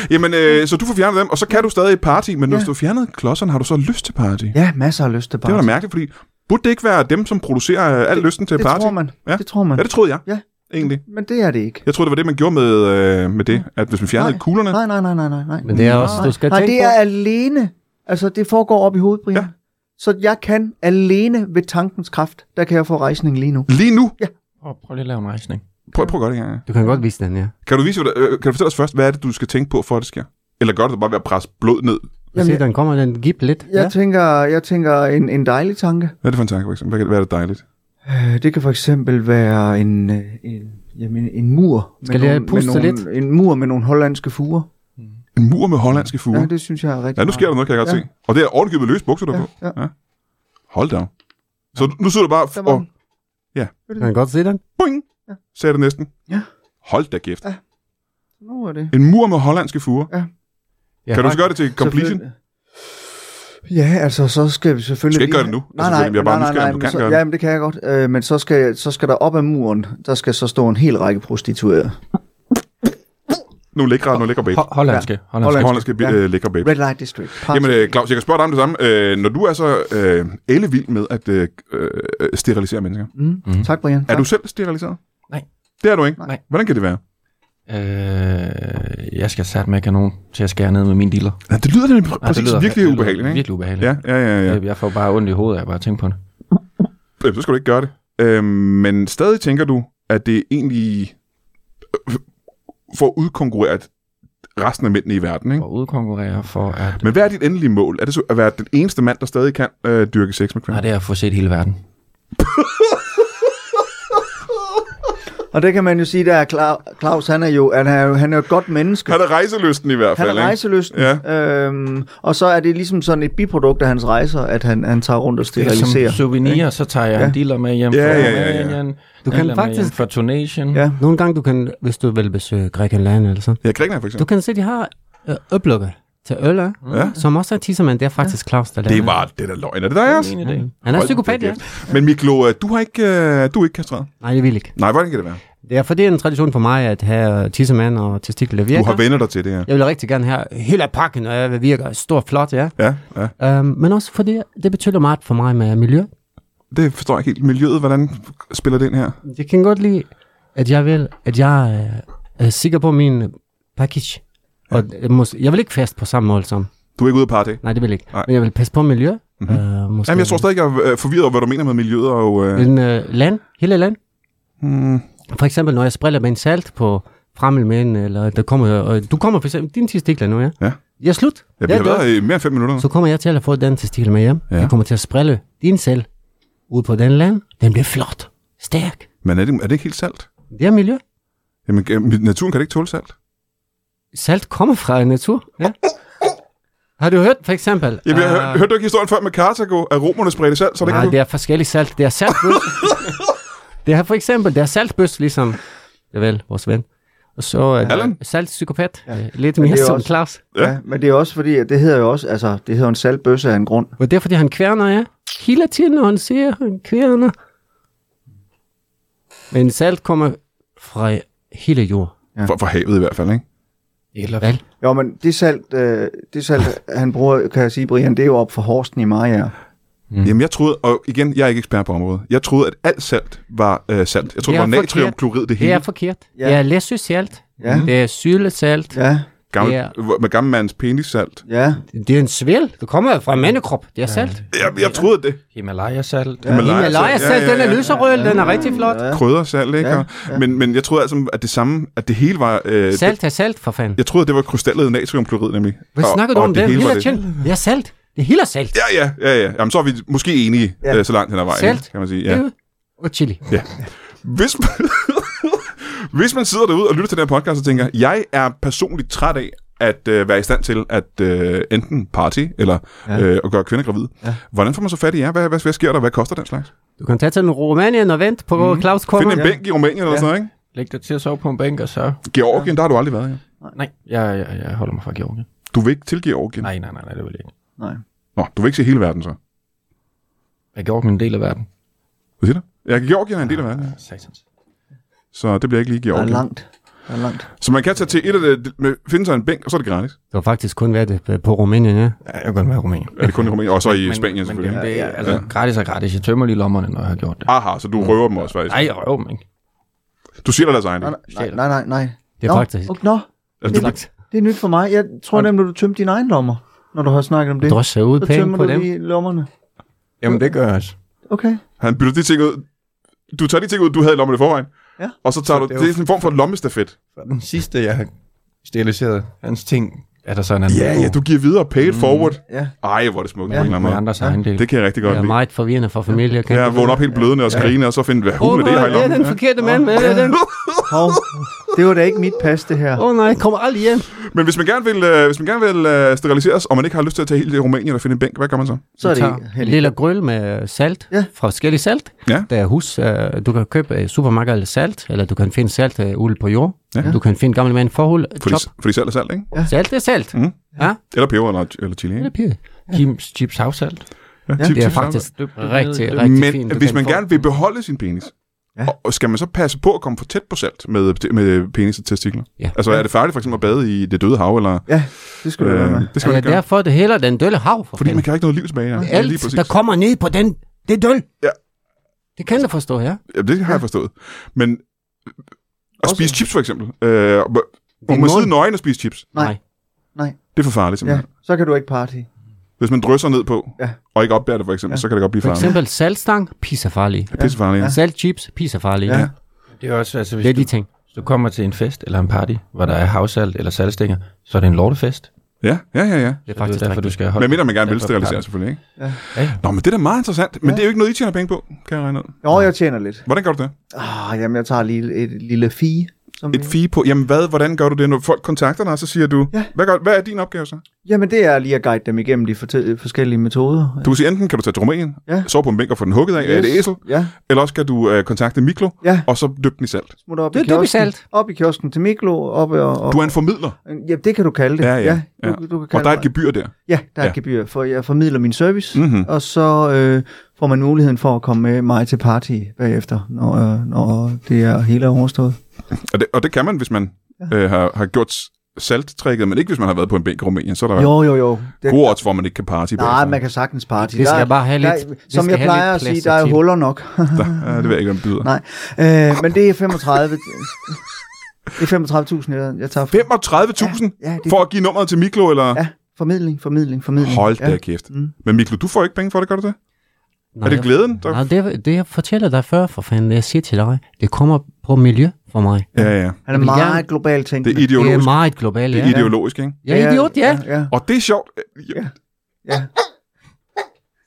Jamen, øh, så du får fjernet dem, og så kan du stadig party, men ja. hvis
Ja.
du har fjernet klodserne, har du så lyst til party? Ja,
Ja, masser af lyst til
det
party.
var da mærkeligt, fordi burde det ikke være dem, som producerer øh, al lysten til
det
party?
tror man.
Ja.
Ja. Det tror man.
Ja, det troede jeg.
Ja.
Egentlig.
Men det er det ikke.
Jeg troede, det var det, man gjorde med, øh, med det, at hvis man fjernede
Nej.
kuglerne...
Nej, nej, nej, nej, nej. nej.
Men det er også, du skal
nej,
tænke
det
på.
er alene. Altså, det foregår op i hovedet, Brian.
Ja.
Ja. Så jeg kan alene ved tankens kraft, der kan jeg få rejsning lige nu.
Lige nu...
Prøv, prøv lige at lave en rejsning.
Prøv, prøv at gøre det her.
Du kan godt vise den, ja.
Kan du, vise, hvordan- øh, kan du fortælle os først, hvad er det, du skal tænke på, for at det sker? Eller gør du det bare ved at presse blod ned?
Jeg
Jamen,
ser,
jeg-
den kommer, den gip lidt.
Jeg ja. tænker, jeg tænker en, en dejlig tanke.
Hvad er det for en tanke, for eksempel? Hvad, kan- hvad er det dejligt?
Øh, Det kan for eksempel være en, øh, en, jamen, en mur.
Skal
med
jeg
nogle,
puste
med nogle, En mur med nogle hollandske fuger.
En mur med hollandske fuger?
Ja, det synes jeg er rigtig
Ja, nu sker der noget, kan jeg godt ja.
Ja.
se. Og det er ordentligt løse bukser, der ja. på.
Ja, ja.
Hold da. Så nu sidder du bare
Der
f-
var
og
den.
Kan du godt se den?
boing, sagde det næsten.
Ja.
Hold da kæft.
Ja. Nu er det.
En mur med hollandske fuger.
Ja.
Ja, kan du så gøre det til completion?
Selvfølgelig- Ja, altså, så skal vi
Du
selvfølgelig...
skal ikke
lige-
gøre det nu.
Nej,
Altså,
nej,
vi er bare
nej, nej,
nysgerrige,
nej,
om du
men
kan
så,
gøre det.
Jamen, det kan jeg godt. Øh, men så skal, så skal der op ad muren, der skal så stå en hel række prostituerede.
Nu lækre, nu lækre babe.
Ho- hollandske. hollandske.
Hollandske.
Hollandske ja.
Ja.
øh, lækre babe.
Red Light District. Park
Jamen,
Street.
øh, Claus, jeg kan spørge dig om det samme. Øh, når du er så øh, ellevild med at øh, øh, sterilisere mennesker,
mm. Tak, Brian.
er
tak.
du selv steriliseret?
Nej.
Det er du ikke?
Nej.
Hvordan kan det være?
Øh, jeg skal sætte med kanon til at skære ned med min dealer.
Ja, det lyder nemlig pr-
Ja, det
præcis
lyder-
virkelig
det lyder
ubehageligt, ikke?
Virkelig ubehageligt.
Ja, ja, ja. ja.
Ja. Jeg får bare ondt i hovedet af at bare tænke på det.
Øh, så skal du ikke gøre det. Øh, men stadig tænker du, at det egentlig øh, får udkonkurreret resten af mændene i verden, ikke?
For at udkonkurrere, for at...
Mm. Men hvad er dit endelige mål? Er det så at være den eneste mand, der stadig kan øh, dyrke sex med kvinder?
Nej, det er at få set hele verden.
Og det kan man jo sige, der er Cla- Claus, han er jo, han er, jo- han er jo et godt menneske.
Han er rejseløsten i hvert fald,
Han er rejseløsten,
Ja.
øhm, og så er det ligesom sådan et biprodukt af hans rejser, at han, han tager rundt og
Det er
steriliserer.
som souvenir, så tager jeg ja. en dealer med hjem
Ja,
fra
ja, ja, ja.
Rumænien,
Du kan
dealer med hjem
faktisk-
fra Tunesien.
Ja.
Nogle gange, du kan, hvis du vil besøge Grækenland eller sådan,
ikke? Ja, Grækenland for
du
eksempel.
kan se, de har øh, oplukker til øl,
Ja.
som også er tissermand. Det er faktisk Claus, der laver
Det var det der løgn. Er det dig
Det er
også?
min idé.
Han er
Hold
psykopat,
da
ja.
kæft. Men Miklo, øh, du, har ikke, øh, du er ikke kastreret.
Nej, det vil ikke.
Nej, hvordan kan det være?
Det er, for det er en tradition for mig at have øh, tissemand og testikler, der virker.
Du har vendt dig til det her.
Jeg vil rigtig gerne have hele pakken, og jeg virker stor og flot, ja.
Ja, ja.
Um, men også for det, det betyder meget for mig med miljø.
Det forstår jeg ikke helt. Miljøet, hvordan spiller det ind her?
Jeg kan godt lide, at jeg vil, at jeg øh, er sikker på min package. Og jeg, mås- jeg vil ikke fast på samme måde som.
Du er ikke ude at party.
Nej, det vil jeg ikke.
Nej. Mhm.
Men jeg vil passe på miljø. Mm-hmm. Uh, måske
Jamen, jeg tror stadig, jeg er øh, forvirret over, hvad du mener med miljøet. Og, øh,
En uh, land, hele land. Hmm. For eksempel, når jeg spriller med en salt på fremmelmænd, eller der kommer, og du kommer for eksempel, din testikler nu, ja?
Ja.
Jeg er slut.
jeg vi har
det er-
været her i mere end fem minutter. nu.
Så kommer jeg til at få den testikel med hjem.
Ja.
Ja. Jeg kommer til at sprille din selv ud på den land. Den bliver flot. Stærk.
Men er det, er det ikke helt salt?
Det er miljø.
Jamen, øh, naturen kan det ikke tåle salt.
Salt kommer fra natur. Ja. Har du hørt for eksempel?
Jamen, jeg,
øh,
hør, hørte du ikke historien før med Karthago, at romerne spredte salt? Så det
Nej,
ikke
det er forskellige salt. Det er saltbøs. det er for eksempel, det er saltbøs, ligesom, javel, vores ven. Og så er
Allan?
uh, saltpsykopat. Ja. Lidt
Men det
mere
er jo
som
også-
Claus.
Ja.
Ja. ja. men det er også fordi, at det hedder jo også, altså, det hedder en saltbøsse af en grund.
Og det er, fordi han kværner, ja. Hele tiden, når han siger, han kværner. Men salt kommer fra hele jord.
fra, fra havet i hvert fald, ikke?
Eller
Vel?
Jo, men det salt, øh, det salt, han bruger, kan jeg sige, Brian, det er jo op for Horsten i Maja.
Mm. Jamen, jeg troede, og igen, jeg er ikke ekspert på området, jeg troede, at alt salt var øh, salt. Jeg troede, det,
Det
var
er forkert.
natriumklorid, det
Det
hele.
er
Det
forkert.
Ja.
Ja. Det er læsøsalt.
Ja.
Ja. Det er sylesalt. Ja.
Ja,
gammel,
det er-
Med gammel mands penissalt.
ja.
Det er en svil. Det kommer fra en mandekrop. Det er salt.
Jeg, jeg troede det.
Himalaya-salt.
Ja,
Himalaya-salt, den er lyserød. Den er rigtig flot.
Ja.
Kryddersalt, ikke?
Ja,
Ja, ja. Men, men jeg troede altså, at det samme, at det hele var... Øh, det,
Salt er salt, for fanden.
jeg troede, det var krystallet natriumklorid, nemlig.
Hvad snakker du om det?
hele var
Hele tjen. Det er salt. Det hele er salt.
Ja, ja, ja, ja. Jamen, så er vi måske enige ja.
Ja.
øh, så langt hen ad vejen,
Salt.
kan man sige. Ja.
Ja. Og chili.
Hvis man, hvis man sidder derude og lytter til den her podcast og tænker, jeg er personligt træt af at øh, være i stand til at øh, enten party eller ja. øh, at gøre kvinder gravide. Ja. Hvordan får man så fat i jer? Hvad, hvad, hvad sker der? Hvad koster den slags?
Du kan tage til Rumænien og vente på mm. Claus
Find
kommer.
en bænk i Rumænien eller ja. sådan noget, ikke?
Læg dig til at sove på en bænk, og så...
Georgien, der har du aldrig været, ja.
Nej, jeg, jeg, jeg holder mig fra Georgien.
Du vil ikke til Georgien?
Nej, nej, nej, nej det vil jeg ikke.
Nej.
Nå, du vil ikke se hele verden så?
Er Georgien en del af verden?
Hvad siger du? Ja, Georgien er en del af verden, ja.
Satans.
så det bliver ikke lige
Der er
Georgien.
langt. Der er langt.
Så man kan tage til et af det, med, finde sig en bænk, og så er det gratis.
Det var faktisk kun været det på Rumænien, ja.
Ja, jeg kan godt være Rumænien.
Er det kun i Rumænien? Og så i Spanien
men,
selvfølgelig.
Men det,
Ja,
ja,
ja,
altså,
ja.
gratis er gratis. Jeg tømmer lige lommerne, når jeg har gjort det.
Aha, så du røver dem også faktisk.
Nej, jeg røver dem ikke.
Du siger deres egen.
Nej,
ikke?
nej, nej, nej, nej.
Det er
Nå,
faktisk-
okay, Nå,
Altså, du,
Slags.
det er nyt for mig. Jeg tror nemlig, du tømte dine egne lommer, når du har snakket om det.
Drosser ud
Så
penge
tømmer
på
du
dem.
lige lommerne.
Jamen, det gør jeg også.
Okay.
Han bytter de ting ud. Du tager de ting ud, du havde i lommen i forvejen.
Ja.
Og så tager
Så
du...
det er
Det
jo-
er sådan en form for lommestafet.
For den sidste, jeg har steriliseret, hans ting, er der sådan en...
Ja, ja, du giver videre. Pay it forward.
Ja.
Ej, hvor er det smukt.
Ja.
Ja.
Med andres ja. egen del.
Det kan jeg rigtig godt
Det er
lide.
meget forvirrende for familier. kan
Jeg
det?
vågner op helt blødende og skrigende, og så finder, hvad
Åh,
hulen er det, jeg har i
det er
lommen.
den forkerte mand med. Det er den.
Hov. Det var da ikke mit pas, det her.
Åh oh, nej, kommer aldrig hjem.
Men hvis man gerne vil, øh, hvis man gerne vil øh, steriliseres, og man ikke har lyst til at tage helt i Rumænien og finde en bænk, hvad gør man så?
Så er
Vi tager
det
en
Henning.
lille grøl med salt
Ja.
ja. fra forskellige salt.
Ja.
Der er hus, øh, du kan købe i supermarkedet salt, eller du kan finde salt øh, ude på jord.
Ja.
Ja. Du kan finde gammel mand forhul.
Fordi,
Chop.
fordi salt er salt, ikke?
Salt er salt.
Mm.
Mm. Ja,
Eller peber eller, eller chili,
det er
ikke?
pige.
Kims Chips Havsalt.
Ja,
det
tip,
Det er
tip, salt.
faktisk
Dyb det ned i-
rigtig,
dyb-
rigtig
Men
fint. du
hvis
kan
man
få-
gerne vil beholde sin penis, ja.
Ja.
og skal man så passe på at komme for tæt på salt med, med penis og testikler?
Ja.
Altså er det farligt for eksempel at bade i det døde hav, eller...
Ja, det skulle øh, være med.
det skal man
Ja,
ikke
det er
gøre,
derfor, det hælder den dølle hav. For
fordi
fanden.
man kan have ikke noget liv tilbage. Ja. Ja, lige
Alt,
præcis.
der kommer ned på den, det er døl.
Ja.
Det kan du forstå, ja.
Ja, det har jeg forstået. Men øh, at
Også-
spise chips for eksempel, øh, må- må
Din
man
mund.
sidde nøgen og spise chips?
Nej.
Det er for farligt
Ja,
simpelthen. Ja.
så kan du ikke party.
Hvis man drysser ned på,
Ja.
og ikke opdager det for eksempel, ja. så kan det godt blive
For
farligt.
eksempel saltstang, pissefarlige.
Det er pissefarligt, ja.
Ja. Saltchips, pissefarlige.
Ja.
Ja.
Det er også, altså, hvis
Det er
du,
de ting.
hvis du kommer til en fest eller en party, hvor der er havsalt eller saltstænger, så er det en lortefest.
Ja, ja, ja, ja.
Det er
Så
faktisk
det er derfor,
rigtigt.
du skal holde
Men mindre man gerne
dig
vil
for
sterilisere
party.
selvfølgelig, ikke?
Ja.
Ja.
Nå, men det er da meget interessant. Men
Ja.
det er jo ikke noget, I tjener penge på, kan jeg regne ud.
Jo, jeg tjener lidt.
Hvordan gør du det?
Ah, jamen, jeg tager lige et lille fie. Som
Et fee på, jamen hvad, hvordan gør du det, når folk kontakter dig, og så siger du, ja.
Ja.
hvad, gør, hvad er din opgave så?
Jamen, det er lige at guide dem igennem de fortæ- forskellige metoder.
Du kan sige, enten kan du tage til Rumænien, ja.
Ja.
sove på en bænk og få den hugget af yes. af et æsel,
Ja,
eller også kan du øh, kontakte Miklo,
ja.
og så dyppe den i salt.
Smut op i
Det er dybt i
kiosken.
salt.
Op i kiosken til Miklo. Op og, og,
Du er en formidler,
Ja, det kan du kalde det.
Ja, ja,
ja.
ja.
Du, du kan
og
kalde
der er
mig-
et gebyr der.
Ja, der er
Ja.
et gebyr, for jeg formidler min service,
Mhm.
mm-hmm. og så øh, får man muligheden for at komme med mig til party bagefter, når, øh, når det er hele overstået.
Og det, og det kan man, hvis man øh, har, har gjort s- salttrækket, men ikke hvis man har været på en bænk i Rumænien, så er der jo,
Jo, jo, jo. Det,
gode odds for, at man ikke kan party.
nej, man kan sagtens party.
Vi skal
Der-
bare have
der,
lidt- vi
Som
skal
jeg
have
plejer at
lidt
sige,
plads
der er
til.
huller nok.
Der, ja, det ved jeg ikke, om det byder.
nej, øh, men det er 35... det er 35.000, jeg, jeg tager.
35.000
Ja, ja, det-
for at give nummeret til Miklo, eller?
Ja, formidling, formidling, formidling.
Hold da
ja.
kæft.
Mm.
Men Miklo, du får ikke penge for det, gør du det?
Nej,
er det
jeg-
glæden? Der...
Nej, det, er- det jeg fortæller dig før, for fanden, jeg siger til dig, det kommer på miljø for mig.
Ja, ja.
Han er
Men jeg-
meget globalt
Det
tænkende.
er
Det
ideologisk.
er meget globalt,
Det
ja.
er ideologisk, ikke?
Jeg er idiot, ja.
ja, ja,
Og det er sjovt. Ja.
ja.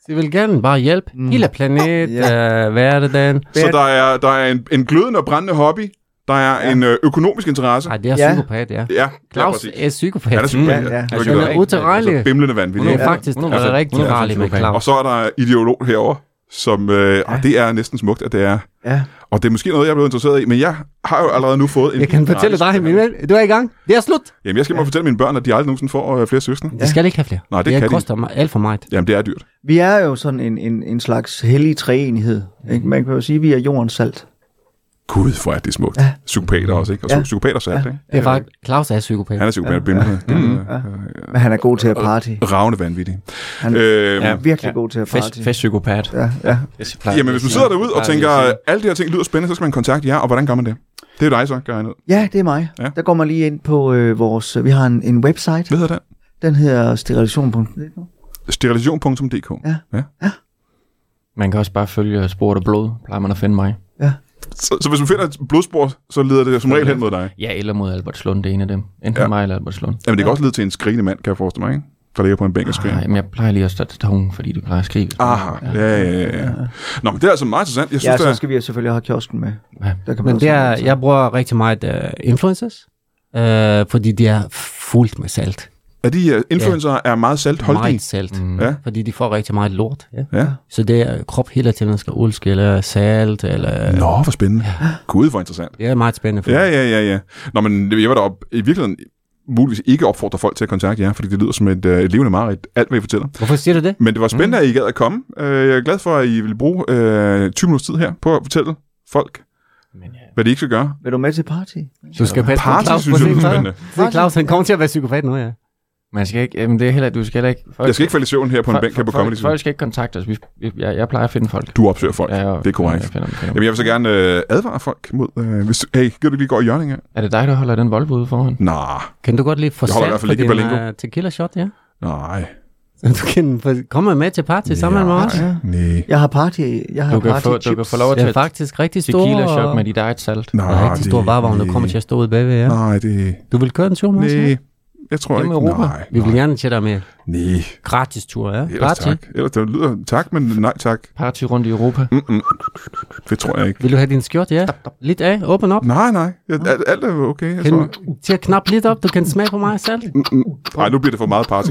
Jeg vil gerne bare hjælpe
Mm.
hele planet,
Ja.
øh, hverdagen.
Så der er, der er en, en glødende og brændende hobby. Der er
Ja.
en ø, økonomisk interesse.
Ej, det er
Ja.
psykopat, ja.
Ja,
Claus
ja, præcis.
er psykopat.
Han er psykopat.
Ja, ja.
Det er
Altså,
ikke
han
noget.
er utilregnelig.
Altså, bimlende vanvittig.
Hun er
Ja.
faktisk hun er rigtig
hun er
farlig med
psykopat.
Og
Claus.
så er der ideolog herover, som øh, ja. det er næsten smukt, at det er.
ja.
Og det er måske noget, jeg er blevet interesseret i, men jeg har jo allerede nu fået en...
Jeg kan fortælle dig, min ven, du er i gang. Det er slut.
Jamen, jeg skal ja. fortælle mine børn, at de aldrig nogensinde får øh, flere søstre.
De skal ikke have flere.
Nej, det kan de.
koster mig alt for meget.
Jamen, det er dyrt.
Vi er jo sådan en, en, en slags hellig treenighed. Ikke? Man kan jo sige, at vi er jordens salt.
Gud, hvor er det smukt. Ja.
Ja.
Psykopater også, ikke? Og ja.
Ja.
psykopater sat, ja. ikke?
Det er faktisk, Claus er psykopat.
Han er psykopat, ja. bimlende. Ja. Ja.
Men han er god til at party.
Ravne vanvittig.
Han
Øhm, ja.
er virkelig god til at
Fest,
party.
festpsykopat.
Ja, ja.
Jamen, hvis du sidder derude og tænker, alle de her ting lyder spændende, så skal man kontakte jer, og hvordan gør man det? Det er jo dig så, gør jeg ned.
ja, det er mig.
Ja.
Ja. Der går man lige ind på øh, vores... Vi har en, en website.
Hvad hedder den?
Den hedder sterilation.dk.
Sterilation.dk.
Ja.
ja.
Man kan også bare følge spor og blod, plejer man at finde mig.
Ja.
Så, så hvis du finder et blodspor, så leder det som regel hen mod dig.
Ja, eller mod Albertslund, det er en af dem. Enten
Ja.
ja. mig eller Albertslund.
Jamen, det kan også lede til en skrigende mand, kan jeg forestille mig, ikke? Der ligger på en bænk og skriger.
Nej, men jeg plejer lige at starte tungen, fordi de plejer at skrive.
Aha, ja, ja, ja, ja. Nå, men det er altså meget interessant. Jeg synes,
ja,
ja,
så
det er...
skal vi jo selvfølgelig have kiosken med.
Ja.
Der kan man
Men
også-
det er, jeg bruger rigtig meget uh, influencers, uh, fordi de er fuldt med salt.
er de uh, influencer er meget saltholdige.
Meget salt.
Mm.
Ja.
Fordi de får rigtig meget lort. Ja.
Ja.
Så det er krop hele tiden, der skal udskille salt, eller...
Nå, hvor spændende. Gud, hvor interessant.
Det er meget spændende for
Ja,
mig.
ja, ja, ja. Nå, men jeg var da op, i virkeligheden muligvis ikke opfordre folk til at kontakte jer, fordi det lyder som et, øh, et levende mareridt, alt hvad I fortæller.
Hvorfor siger du det?
Men det var
Mm.
spændende, at I gad at komme. Øh, jeg er glad for, at I ville bruge øh, 20 minutters tid her på at fortælle folk,
Men ja.
hvad de ikke skal gøre.
Vil du med til party?
Du skal
Altså,
passe på
Party,
Claus.
synes jeg, det er spændende.
Se, Claus, han kommer til at være psykopat nu, ja.
Man skal ikke, jamen det er heller, du skal heller ikke... Folk,
Jeg skal ikke falde i søvn her på en
folk-
bænk her på
folk-
Comedy Zoo.
Folk skal ikke kontakte os. Vi, vi- jeg, jeg plejer at finde folk.
Du opsøger folk.
Ja, og-
Det er korrekt.
Jeg finder, dem, finder. dem.
Jamen, jeg vil så gerne øh, advare folk mod... Øh, hvis du, hey, gider du ikke lige gå i Jørgen her?
Er det dig, der holder den Volvo ude foran?
Nej,
Kan du godt lige få
Jeg holder i
salt
hvert fald
på
ikke i
din
Berlingo.
uh, tequila shot, ja?
nej.
Så du kan få, komme med til party sammen med os.
nej, Nej.
Jeg har party. Jeg har
Du kan,
party
få, du kan få lov at
Det er
tage
faktisk rigtig stor...
tequila shot med dit eget salt.
Nej, Ah,
Det er rigtig stor varevogn, der kommer til at stå ude bagved, ja.
Nej, Ah. det...
Du vil køre en tur med os?
Nej.
ja?
Jeg tror
Hjemme i
ikke.
Europa?
Nej,
Vi vil gerne til dig med
nej.
gratis tur, ja?
Ellers tak. Ellers, det lyder tak, men nej tak.
Party rundt i Europa.
Mm-mm. Det tror jeg ikke.
Vil du have din skjort, ja? Lidt af, åben op.
Nej, nej. Jeg, alt, alt er okay, jeg
Kan
tror.
du til at knappe lidt op? Du kan smage på mig selv.
Nej, nu bliver det for meget party.